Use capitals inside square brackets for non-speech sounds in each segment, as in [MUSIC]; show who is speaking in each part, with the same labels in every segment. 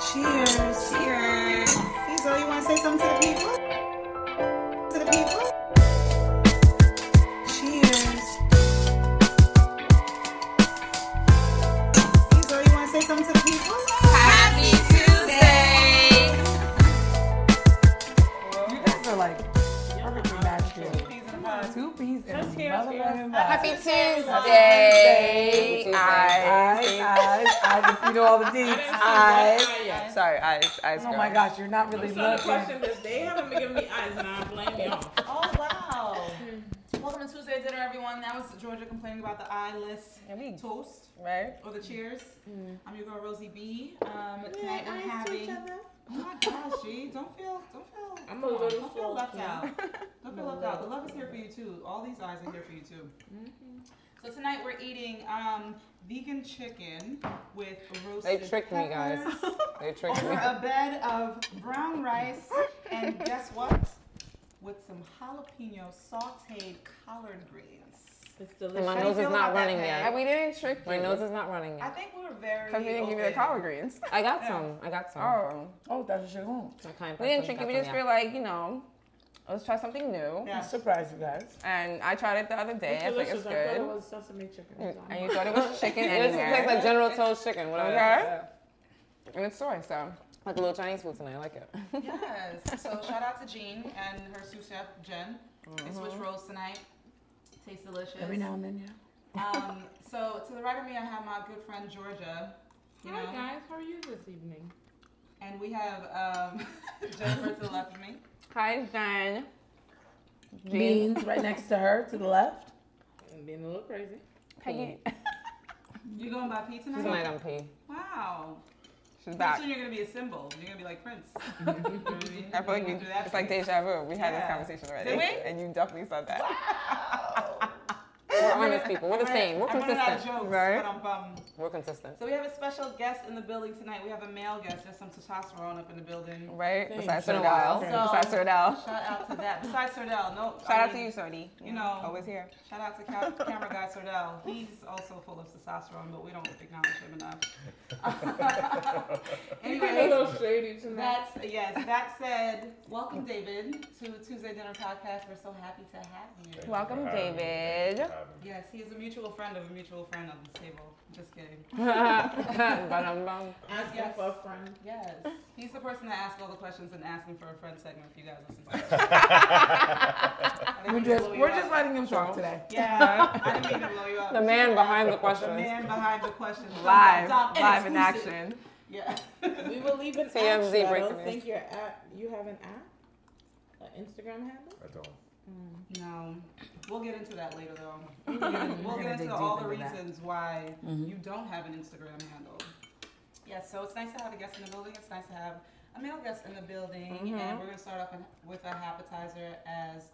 Speaker 1: Cheers. Cheers. Hazel, you want to say something to the people? To the people? Cheers. Hazel, you want to say something to the people?
Speaker 2: Happy Tuesday!
Speaker 3: You guys are like perfectly matched. here. Two peas in a motherfucking pod.
Speaker 2: Happy Tuesday!
Speaker 3: Eyes,
Speaker 2: Eyes.
Speaker 3: eyes, eyes. If you know all the deets.
Speaker 2: Eyes. Sorry, eyes. Eyes.
Speaker 3: Oh
Speaker 2: girl.
Speaker 3: my gosh, you're not really
Speaker 4: So the
Speaker 3: looking.
Speaker 4: question is, they haven't given me eyes, and I blame y'all.
Speaker 1: Oh, wow. Welcome to Tuesday Dinner, everyone. That was Georgia complaining about the eyeless toast
Speaker 2: Right?
Speaker 1: or the cheers. I'm your girl, Rosie B. Um, tonight I'm having. Oh my gosh, G, don't feel, don't feel,
Speaker 4: I'm
Speaker 1: come
Speaker 4: a
Speaker 1: on,
Speaker 4: little
Speaker 1: don't feel left
Speaker 4: salty.
Speaker 1: out. Don't feel left
Speaker 4: [LAUGHS]
Speaker 1: out. The love is here for you too. All these eyes are here for you too.
Speaker 4: Mm-hmm.
Speaker 1: So tonight we're eating um, vegan chicken with
Speaker 2: They
Speaker 1: roasted.
Speaker 2: tricked me, guys.
Speaker 1: peppers
Speaker 2: They tricked
Speaker 1: Over
Speaker 2: me.
Speaker 1: a bed of brown rice, and guess what? With some jalapeno sautéed collard greens.
Speaker 4: It's
Speaker 2: And
Speaker 4: delicious.
Speaker 2: my
Speaker 1: How do you
Speaker 2: nose is
Speaker 1: feel
Speaker 2: not
Speaker 1: about that,
Speaker 2: running
Speaker 1: Pat?
Speaker 2: yet.
Speaker 5: We didn't trick you.
Speaker 2: My nose is not running
Speaker 1: I
Speaker 2: yet.
Speaker 1: think we were very.
Speaker 5: Because you didn't give me the
Speaker 1: open.
Speaker 5: collard greens.
Speaker 2: I got some. I got some.
Speaker 5: Oh.
Speaker 3: Oh, that's your home.
Speaker 2: I kind of
Speaker 5: We
Speaker 2: got
Speaker 5: didn't trick
Speaker 2: some,
Speaker 5: you. We
Speaker 2: got
Speaker 5: just
Speaker 2: some,
Speaker 5: feel like, you know, let's try something new.
Speaker 1: Yeah.
Speaker 3: Surprise you guys.
Speaker 5: And I tried it the other day.
Speaker 4: It's
Speaker 5: I was like,
Speaker 4: delicious. I
Speaker 5: it's
Speaker 4: thought it
Speaker 5: good.
Speaker 4: was sesame chicken.
Speaker 5: And you thought it was chicken
Speaker 2: yeah. This tastes
Speaker 5: anyway.
Speaker 2: like General Tso's chicken. Whatever.
Speaker 5: Okay.
Speaker 2: Okay.
Speaker 5: And it's soy, so.
Speaker 2: Like a little Chinese food tonight. I like it.
Speaker 1: Yes. So shout out to Jean and her sous chef Jen. They switched roles tonight. Tastes delicious.
Speaker 3: Every now and then, yeah.
Speaker 1: Um, so to the right of me, I have my good friend Georgia. You know,
Speaker 4: how are you this evening?
Speaker 1: and we have um, [LAUGHS] Jennifer to the left of me.
Speaker 5: Hi, Jen. Jean.
Speaker 3: Beans right next to her to the left.
Speaker 4: I'm being a little crazy.
Speaker 5: Peggy.
Speaker 1: You going by P tonight?
Speaker 2: Tonight I'm pee.
Speaker 1: Wow.
Speaker 5: She's
Speaker 1: Pretty
Speaker 5: back.
Speaker 1: soon you're gonna be a symbol. You're gonna be like
Speaker 5: [LAUGHS]
Speaker 1: Prince.
Speaker 5: I feel like we, it's like deja vu. We had
Speaker 1: Yeah.
Speaker 5: this conversation already.
Speaker 1: Did we?
Speaker 5: And you definitely said that.
Speaker 2: We're honest people. We're the same. We're
Speaker 1: I'm running out of
Speaker 2: consistent.
Speaker 1: jokes,
Speaker 5: right?
Speaker 1: but I'm bummed.
Speaker 2: We're consistent.
Speaker 1: So we have a special guest in the building tonight. We have a male guest. There's some testosterone up in the building.
Speaker 5: Right?
Speaker 3: Thanks.
Speaker 5: Besides
Speaker 3: Been a
Speaker 5: Sordell.
Speaker 3: while.
Speaker 5: Besides
Speaker 1: So-
Speaker 5: Sordell.
Speaker 1: Shout out to that. Besides Sordell, no. I
Speaker 5: Shout out to
Speaker 1: mean,
Speaker 5: you, Sordy.
Speaker 1: you know,
Speaker 5: Always here.
Speaker 1: Shout out to ca- camera guy Sordell. He's also full of testosterone, but we don't acknowledge him
Speaker 5: [LAUGHS]
Speaker 1: enough. [LAUGHS]
Speaker 4: a
Speaker 1: anyway,
Speaker 4: little shady tonight.
Speaker 1: that's yes. That said, welcome David to Tuesday Dinner Podcast. We're so happy to have you.
Speaker 5: Welcome, David.
Speaker 1: Yes, he is a mutual friend of a mutual friend on this table. Just kidding.
Speaker 5: [LAUGHS]
Speaker 2: Ba-dum-bum.
Speaker 4: Asking
Speaker 1: Yes.
Speaker 4: for a friend.
Speaker 1: Yes, he's the person that asks all the questions and asking for a friend segment. If you guys listen to that,
Speaker 3: We're just, we're just letting them talk today.
Speaker 1: Yeah, I didn't mean to blow you up.
Speaker 2: The man behind the
Speaker 1: The
Speaker 2: questions.
Speaker 1: man behind the question.
Speaker 5: Live.
Speaker 1: Dom- Dom-
Speaker 5: Live in
Speaker 1: exclusive.
Speaker 5: action.
Speaker 1: Yeah.
Speaker 4: We will leave an
Speaker 2: TMZ
Speaker 4: app. so I
Speaker 2: break the
Speaker 4: don't
Speaker 2: news.
Speaker 4: think your app. You have an app, an Instagram handle.
Speaker 6: I don't.
Speaker 1: No, we'll get into that later though. We'll get, we'll get into all the reasons why you don't have an Instagram handle. Yeah, so it's nice to have a guest in the building. It's nice to have a male guest in the building, and we're gonna start off in- with our appetizer as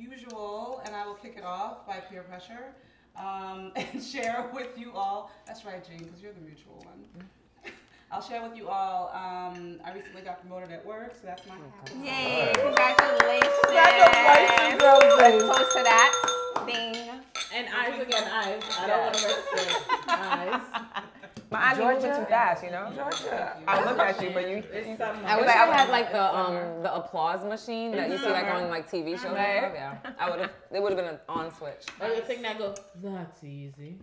Speaker 1: usual, and I will kick it off by peer pressure um, [LAUGHS] and share with you all. That's right, Jane, because you're the mutual one. I'll share with you all. Um, I recently got promoted at work, so that's my appetizer.
Speaker 5: Yay!
Speaker 6: Alright.
Speaker 5: Congratulations!
Speaker 3: Congratulations, Rosie.
Speaker 5: Toast to that. Ding.
Speaker 4: And eyes again, eyes. I don't want to risk it. [LAUGHS] Eyes.
Speaker 5: My eyes were moving too fast, you know.
Speaker 3: Georgia.
Speaker 5: I looked at you, but you.
Speaker 4: It's something.
Speaker 2: I wish
Speaker 5: Like,
Speaker 2: I
Speaker 5: I
Speaker 2: would
Speaker 5: would-
Speaker 2: had like the um the applause machine that you see like on like TV shows. and stuff.
Speaker 5: Right.
Speaker 2: Yeah, I would have. It would have been an on switch.
Speaker 4: Like the thing that goes. That's easy.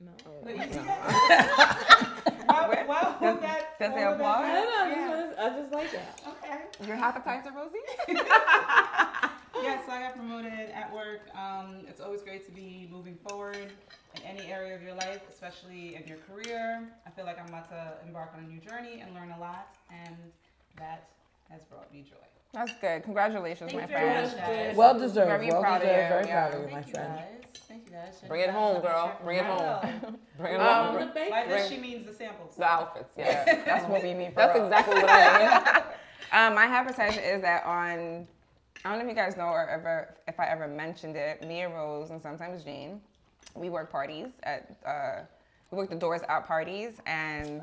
Speaker 4: No.
Speaker 1: But you see [LAUGHS]
Speaker 5: [LAUGHS]
Speaker 1: that? Why- why would that-
Speaker 5: does
Speaker 1: why
Speaker 5: it
Speaker 1: would that
Speaker 5: apply?
Speaker 1: [LAUGHS]
Speaker 4: I
Speaker 1: happen?
Speaker 4: don't know. I just- I just like that.
Speaker 1: Okay.
Speaker 5: Your appetizer, Rosie.
Speaker 1: Yeah, so I got promoted at work. Um, it's always great to be moving forward in any area of your life, especially in your career. I feel like I'm about to embark on a new journey and learn a lot, and that has brought me joy.
Speaker 5: That's good. Congratulations,
Speaker 1: Thank
Speaker 5: my
Speaker 1: you very
Speaker 5: friend.
Speaker 1: much.
Speaker 3: Well deserved.
Speaker 5: Very
Speaker 3: well
Speaker 5: proud of
Speaker 3: deserved.
Speaker 5: you,
Speaker 3: Very
Speaker 5: yeah.
Speaker 3: proud of you, my
Speaker 1: Thank you
Speaker 3: friend.
Speaker 1: guys. Thank you guys.
Speaker 2: Bring it home, girl. Bring it
Speaker 5: [LAUGHS]
Speaker 2: home. Bring
Speaker 3: Uh,
Speaker 2: it
Speaker 4: Um,
Speaker 2: on.
Speaker 4: the bacon.
Speaker 1: By this, she means the samples.
Speaker 2: The outfits.
Speaker 5: [LAUGHS]
Speaker 2: Yeah.
Speaker 5: Yeah, that's what we mean. For
Speaker 2: That's
Speaker 5: us.
Speaker 2: exactly what I mean.
Speaker 5: Um, my appetizer is that on. I don't know if you guys know or ever if I ever mentioned it. Me and Rose and sometimes Jean, we work parties at. Uh, we work the doors out parties and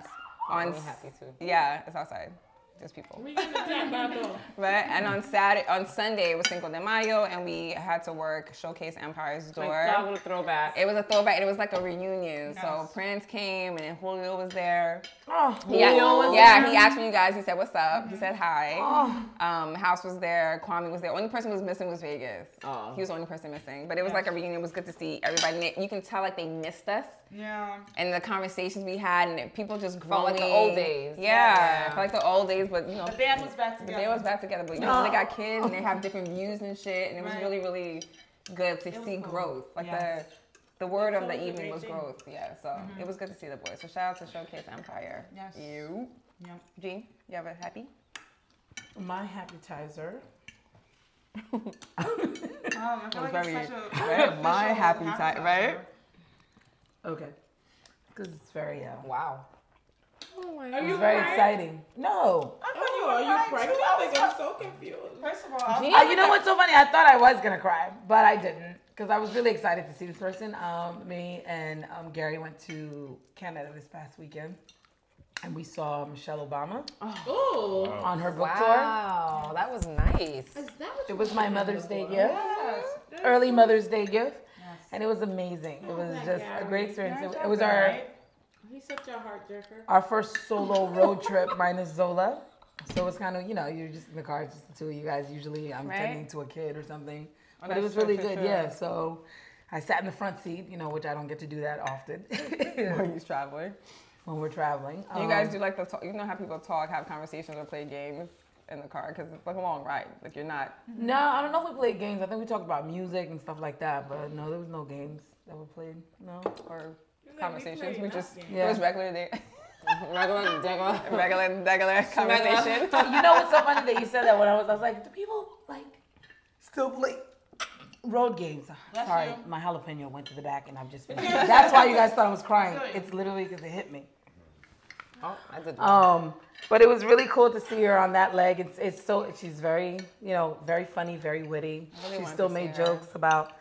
Speaker 5: on.
Speaker 2: I'm Oh, happy too.
Speaker 5: Yeah, it's outside. just people.
Speaker 4: We got attacked [LAUGHS] by a dog.
Speaker 5: Right? And on Saturday, on Sunday, it was Cinco de Mayo, and we had to work Showcase Empire's Door.
Speaker 2: That was a throwback.
Speaker 5: It was a throwback. and It was like a reunion. So
Speaker 1: Yes.
Speaker 5: Prince came and then Julio was there.
Speaker 3: Oh,
Speaker 5: He a-
Speaker 2: Julio was
Speaker 5: yeah,
Speaker 2: there? Oh.
Speaker 5: he asked for you guys. He said, "What's up?"
Speaker 1: Mm-hmm.
Speaker 5: He said, "Hi." Um, House was there. Kwame was there. Only person who was missing was Vegas.
Speaker 2: Oh.
Speaker 5: He was the only person missing. But it was like a reunion. It was good to see everybody. And it- You can tell like they missed us
Speaker 1: Yeah.
Speaker 5: and the conversations we had and people just
Speaker 2: Felt
Speaker 5: growing.
Speaker 2: like the old days.
Speaker 5: Yeah,
Speaker 2: Yeah.
Speaker 5: felt like the old days. But you know,
Speaker 1: The band was back
Speaker 5: the
Speaker 1: together.
Speaker 5: band was back together. But you know, they got kids and they have different views and shit. And it was
Speaker 1: Right.
Speaker 5: really, really good to
Speaker 1: It was
Speaker 5: see
Speaker 1: cool.
Speaker 5: growth. Like
Speaker 1: Yes. Mm-hmm.
Speaker 5: the. The word of
Speaker 4: That was
Speaker 5: the
Speaker 4: a
Speaker 5: evening
Speaker 4: great
Speaker 5: was
Speaker 4: thing.
Speaker 5: growth, yeah. So it was good to see the boys. So shout out to Showcase Empire.
Speaker 1: Yes.
Speaker 5: You.
Speaker 1: Yep.
Speaker 5: G, you have a happy?
Speaker 3: my
Speaker 4: [LAUGHS]
Speaker 3: appetizer.
Speaker 1: Um, I feel
Speaker 5: was
Speaker 1: like it's
Speaker 5: [LAUGHS] very-
Speaker 1: such a
Speaker 5: right? My
Speaker 1: official
Speaker 5: happy time, right?
Speaker 3: Okay. Because it's very, uh,
Speaker 2: Wow.
Speaker 1: Oh
Speaker 4: Are you
Speaker 3: it's very
Speaker 4: right?
Speaker 3: exciting. No.
Speaker 1: I thought
Speaker 4: Oh,
Speaker 1: were
Speaker 4: are you
Speaker 1: crying
Speaker 4: pregnant?
Speaker 1: too.
Speaker 4: I think I'm so confused.
Speaker 1: First of all, I was
Speaker 3: Uh, you know what's so funny? I thought I was gonna cry, but I didn't because I was really excited to see this person. Um, me and um, Gary went to Canada this past weekend, and we saw Michelle Obama
Speaker 4: Ooh.
Speaker 3: on her book tour.
Speaker 2: Wow, that was nice.
Speaker 5: [LAUGHS]
Speaker 4: Is that what
Speaker 3: It
Speaker 4: you
Speaker 3: was my Mother's Day gift,
Speaker 1: yes.
Speaker 3: early Mother's Day gift, and it was amazing.
Speaker 5: Oh
Speaker 3: It was
Speaker 4: that
Speaker 3: just a
Speaker 4: Gary.
Speaker 3: great experience. It-
Speaker 1: Nice
Speaker 3: It was
Speaker 1: job,
Speaker 3: our
Speaker 1: right?
Speaker 4: He's such a heart jerker.
Speaker 3: our first solo road trip minus Zola. So it's kind of, you know, you're just in the car, just the two of you guys. Usually I'm
Speaker 5: Right. Oh,
Speaker 3: tending to a kid or something. but it was
Speaker 5: that's true,
Speaker 3: really
Speaker 5: true,
Speaker 3: good,
Speaker 5: true.
Speaker 3: yeah. So I sat in the front seat, you know, which I don't get to do that often [LAUGHS]
Speaker 5: He's traveling.
Speaker 3: when we're traveling.
Speaker 5: you guys
Speaker 3: Um,
Speaker 5: do like the talk, you know how people talk, have conversations, or play games in the car because it's like a long ride. Like you're not.
Speaker 3: No, I don't know if we played games. I think we talked about music and stuff like that, but no, there was no games that were played. No.
Speaker 5: Or
Speaker 4: It's like
Speaker 5: conversations.
Speaker 4: play
Speaker 5: We
Speaker 4: enough
Speaker 5: just
Speaker 4: games.
Speaker 3: Yeah.
Speaker 5: it was regular day,
Speaker 2: Regular, regular.
Speaker 5: regular,
Speaker 2: [LAUGHS]
Speaker 5: regular conversation.
Speaker 3: [LAUGHS] you know what's so funny that you said that when I was, I was like, do people like still play road games?
Speaker 1: Bless
Speaker 3: Sorry,
Speaker 1: you.
Speaker 3: my jalapeno went to the back and I've just been. That's why you guys thought I was crying. It's literally because it hit me.
Speaker 2: Oh, I did.
Speaker 3: Um, but it was really cool to see her on that leg. It's it's so she's very you know very funny, very witty. she
Speaker 5: wanted
Speaker 3: still
Speaker 5: to
Speaker 3: made
Speaker 5: see her.
Speaker 3: jokes about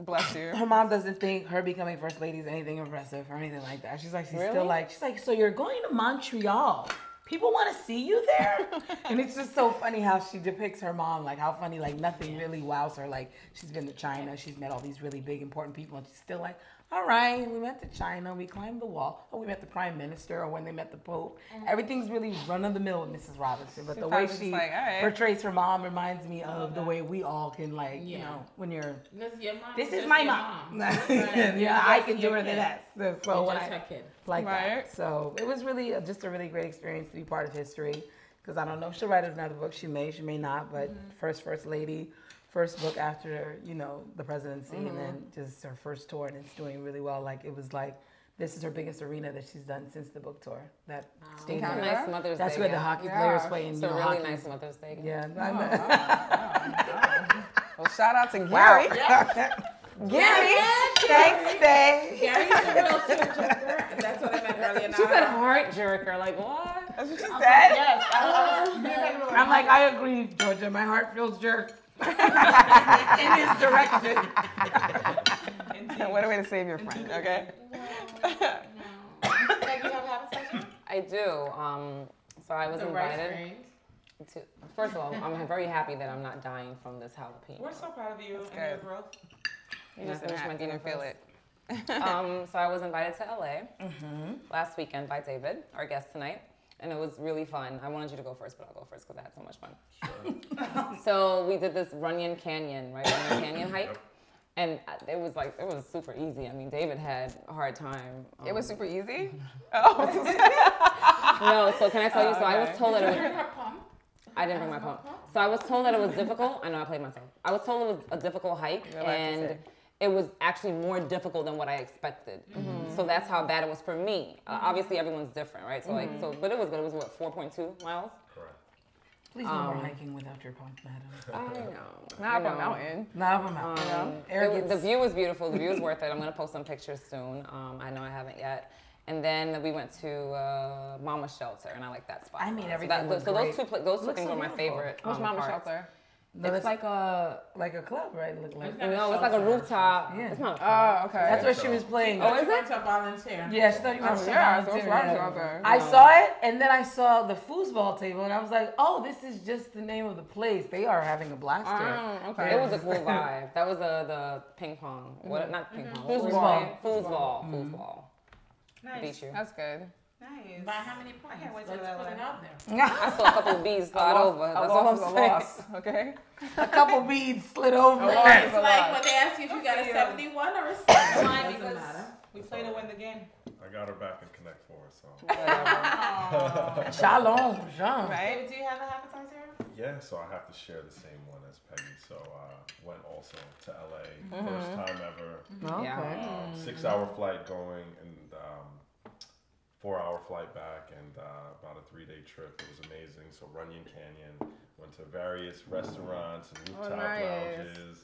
Speaker 5: Bless you.
Speaker 3: her mom doesn't think her becoming first lady is anything impressive or anything like that. She's like she's still
Speaker 5: Really?
Speaker 3: like she's like so you're going to Montreal. People want to see you
Speaker 5: [LAUGHS]
Speaker 3: there, and it's just so funny how she depicts her mom. Like how funny, like nothing really wows her. Like she's been to China, she's met all these really big important people, and she's still like, all right, we went to China, we climbed the wall, or we met the prime minister, or when they met the pope. Everything's really run of the mill with Mrs. Robinson, but the
Speaker 5: Mm. probably
Speaker 3: way
Speaker 5: just
Speaker 3: she
Speaker 5: like, all right.
Speaker 3: portrays her mom reminds me of the way we all can like, you
Speaker 4: Yeah.
Speaker 3: know, when you're
Speaker 4: This, your mom
Speaker 3: this
Speaker 4: just
Speaker 3: is my
Speaker 4: your
Speaker 3: [LAUGHS] mom.
Speaker 4: Right.
Speaker 3: yeah, I
Speaker 4: Just
Speaker 3: can do
Speaker 4: your
Speaker 3: her the
Speaker 4: kid.
Speaker 3: best. That's so
Speaker 4: You're
Speaker 3: what
Speaker 4: just
Speaker 3: I
Speaker 4: her kid. [LAUGHS]
Speaker 3: like
Speaker 5: Right.
Speaker 3: that. So it was really a, just a really great experience to be part of history. Because I don't know, if she'll write another book. She may, she may not. But first, first lady, first book after you know the presidency, and then just her first tour, and it's doing really well. Like it was like this is her biggest arena that she's done since the book tour. That stadium.
Speaker 5: Okay.
Speaker 2: nice Mother's
Speaker 3: That's
Speaker 2: Day.
Speaker 3: where the
Speaker 2: gift.
Speaker 3: hockey
Speaker 5: Yeah.
Speaker 3: players play in
Speaker 2: It's
Speaker 3: you
Speaker 2: a
Speaker 3: know,
Speaker 2: really
Speaker 3: hockey.
Speaker 2: nice Mother's Day. gift.
Speaker 3: Yeah, I know. [LAUGHS]
Speaker 5: Well, shout out to Gary. [LAUGHS] Gary, thanks, babe.
Speaker 4: Gary's a real tearjerker. That's what I meant earlier.
Speaker 2: She said heart jerker. Like what?
Speaker 5: That's what she said.
Speaker 1: Yes. I
Speaker 2: [LAUGHS]
Speaker 1: was- me and Megan were like,
Speaker 3: I'm like, I agree, Georgia. My heart feels
Speaker 5: [LAUGHS]
Speaker 3: jerked.
Speaker 5: In his
Speaker 2: [LAUGHS]
Speaker 5: direction.
Speaker 1: Indeed.
Speaker 5: what a way to save your friend. Okay.
Speaker 4: Like you have an appetizer?
Speaker 2: I do. Um, so I was
Speaker 4: The rice
Speaker 2: invited
Speaker 4: grains.
Speaker 2: to. First of all, I'm very happy that I'm not dying from this jalapeno.
Speaker 1: We're so proud of you and your
Speaker 5: good.
Speaker 1: growth.
Speaker 5: You
Speaker 2: Can I
Speaker 5: just
Speaker 2: finish my
Speaker 5: didn't,
Speaker 2: dinner
Speaker 5: didn't feel
Speaker 2: first?
Speaker 5: it.
Speaker 2: um, so I was invited to LA last weekend by David, our guest tonight, and it was really fun. I wanted you to go first, but I'll go first because I had so much fun. [LAUGHS] so we did this Runyon Canyon, right? Runyon Canyon hike. And uh, it was like, it was super easy. I mean, David had a hard time.
Speaker 5: It
Speaker 2: um,
Speaker 5: was
Speaker 2: [LAUGHS]
Speaker 5: super easy. Oh,
Speaker 2: No, so can I tell you? So I was told that it was
Speaker 4: Drink her pump.
Speaker 2: I didn't bring my phone. So I was told that it was difficult. I know I played myself. I was told it was a difficult hike,
Speaker 5: Your life is
Speaker 2: and
Speaker 5: sick.
Speaker 2: it was actually more difficult than what I expected. So that's how bad it was for me. Uh, obviously, everyone's different, right? So like, so but it was good. It was what 4.2 miles.
Speaker 3: Please no more hiking without your pump,
Speaker 2: I
Speaker 3: madam.
Speaker 2: know.
Speaker 5: not up a mountain.
Speaker 3: Now I'm
Speaker 5: um,
Speaker 3: out.
Speaker 2: It was-
Speaker 3: Arrogance.
Speaker 2: the view was beautiful. The view is worth it. I'm gonna post some pictures soon. Um, I know I haven't yet. And then we went to uh, Mama Shelter, and I like that spot.
Speaker 3: I mean,
Speaker 2: So
Speaker 3: everything was
Speaker 2: so
Speaker 3: great.
Speaker 2: those two, pla- those two
Speaker 3: Looks
Speaker 2: things
Speaker 3: so
Speaker 2: were my
Speaker 3: beautiful.
Speaker 2: favorite.
Speaker 5: Which
Speaker 2: um,
Speaker 5: mama
Speaker 2: parts.
Speaker 5: shelter?
Speaker 3: No,
Speaker 2: it's
Speaker 3: that's
Speaker 2: like a
Speaker 3: like a club, right? It looked like.
Speaker 4: It's not
Speaker 2: no, it's like a
Speaker 4: shelter.
Speaker 2: rooftop.
Speaker 3: Yeah.
Speaker 2: It's not.
Speaker 5: Oh, okay.
Speaker 3: That's
Speaker 5: what.
Speaker 3: what she was playing.
Speaker 2: Oh,
Speaker 3: Oh,
Speaker 2: is
Speaker 4: She
Speaker 2: it?
Speaker 4: went to volunteer.
Speaker 3: yeah, she thought you were.
Speaker 5: Oh, yeah, so it's right there.
Speaker 3: I saw it, and then I saw the foosball table, and I was like, "Oh, this is just the name of the place. They are having a blaster."
Speaker 5: Oh,
Speaker 2: [LAUGHS]
Speaker 5: okay.
Speaker 2: It was a
Speaker 5: [LAUGHS]
Speaker 2: cool vibe. That was a, the ping pong. What? Not ping pong. Foosball.
Speaker 3: Foosball.
Speaker 2: Foosball. Foosball.
Speaker 1: Nice.
Speaker 2: Beat you.
Speaker 5: That's good.
Speaker 1: Nice.
Speaker 4: By how many points?
Speaker 1: can't wait to
Speaker 4: Let's
Speaker 1: go to
Speaker 4: put
Speaker 1: LA.
Speaker 4: it out there.
Speaker 2: I saw a couple of bees slide over.
Speaker 5: A
Speaker 2: That's all
Speaker 5: loss
Speaker 2: I'm
Speaker 5: is a
Speaker 2: saying.
Speaker 5: loss. [LAUGHS] Okay.
Speaker 3: a couple beads slid over.
Speaker 5: A loss is
Speaker 4: It's
Speaker 5: a
Speaker 4: like
Speaker 5: loss.
Speaker 4: when they ask you if you got a
Speaker 1: for you.
Speaker 4: 71 or a 69
Speaker 1: Doesn't
Speaker 4: because
Speaker 1: matter. We play to win the game.
Speaker 6: I got her back in Connect Four,
Speaker 2: [LAUGHS]
Speaker 6: so
Speaker 5: [LAUGHS]
Speaker 3: Shalom, Jean.
Speaker 5: Right.
Speaker 1: Do you have an appetizer?
Speaker 6: yeah. So I have to share the same one as Peggy. So I went also to LA,
Speaker 2: Mm-hmm.
Speaker 6: first time ever.
Speaker 3: Okay.
Speaker 2: Yeah.
Speaker 6: Um, Six-hour flight going and um, four-hour flight back, and uh, about a three-day trip. It was amazing. So Runyon Canyon, went to various restaurants and rooftop
Speaker 5: nice.
Speaker 6: lounges.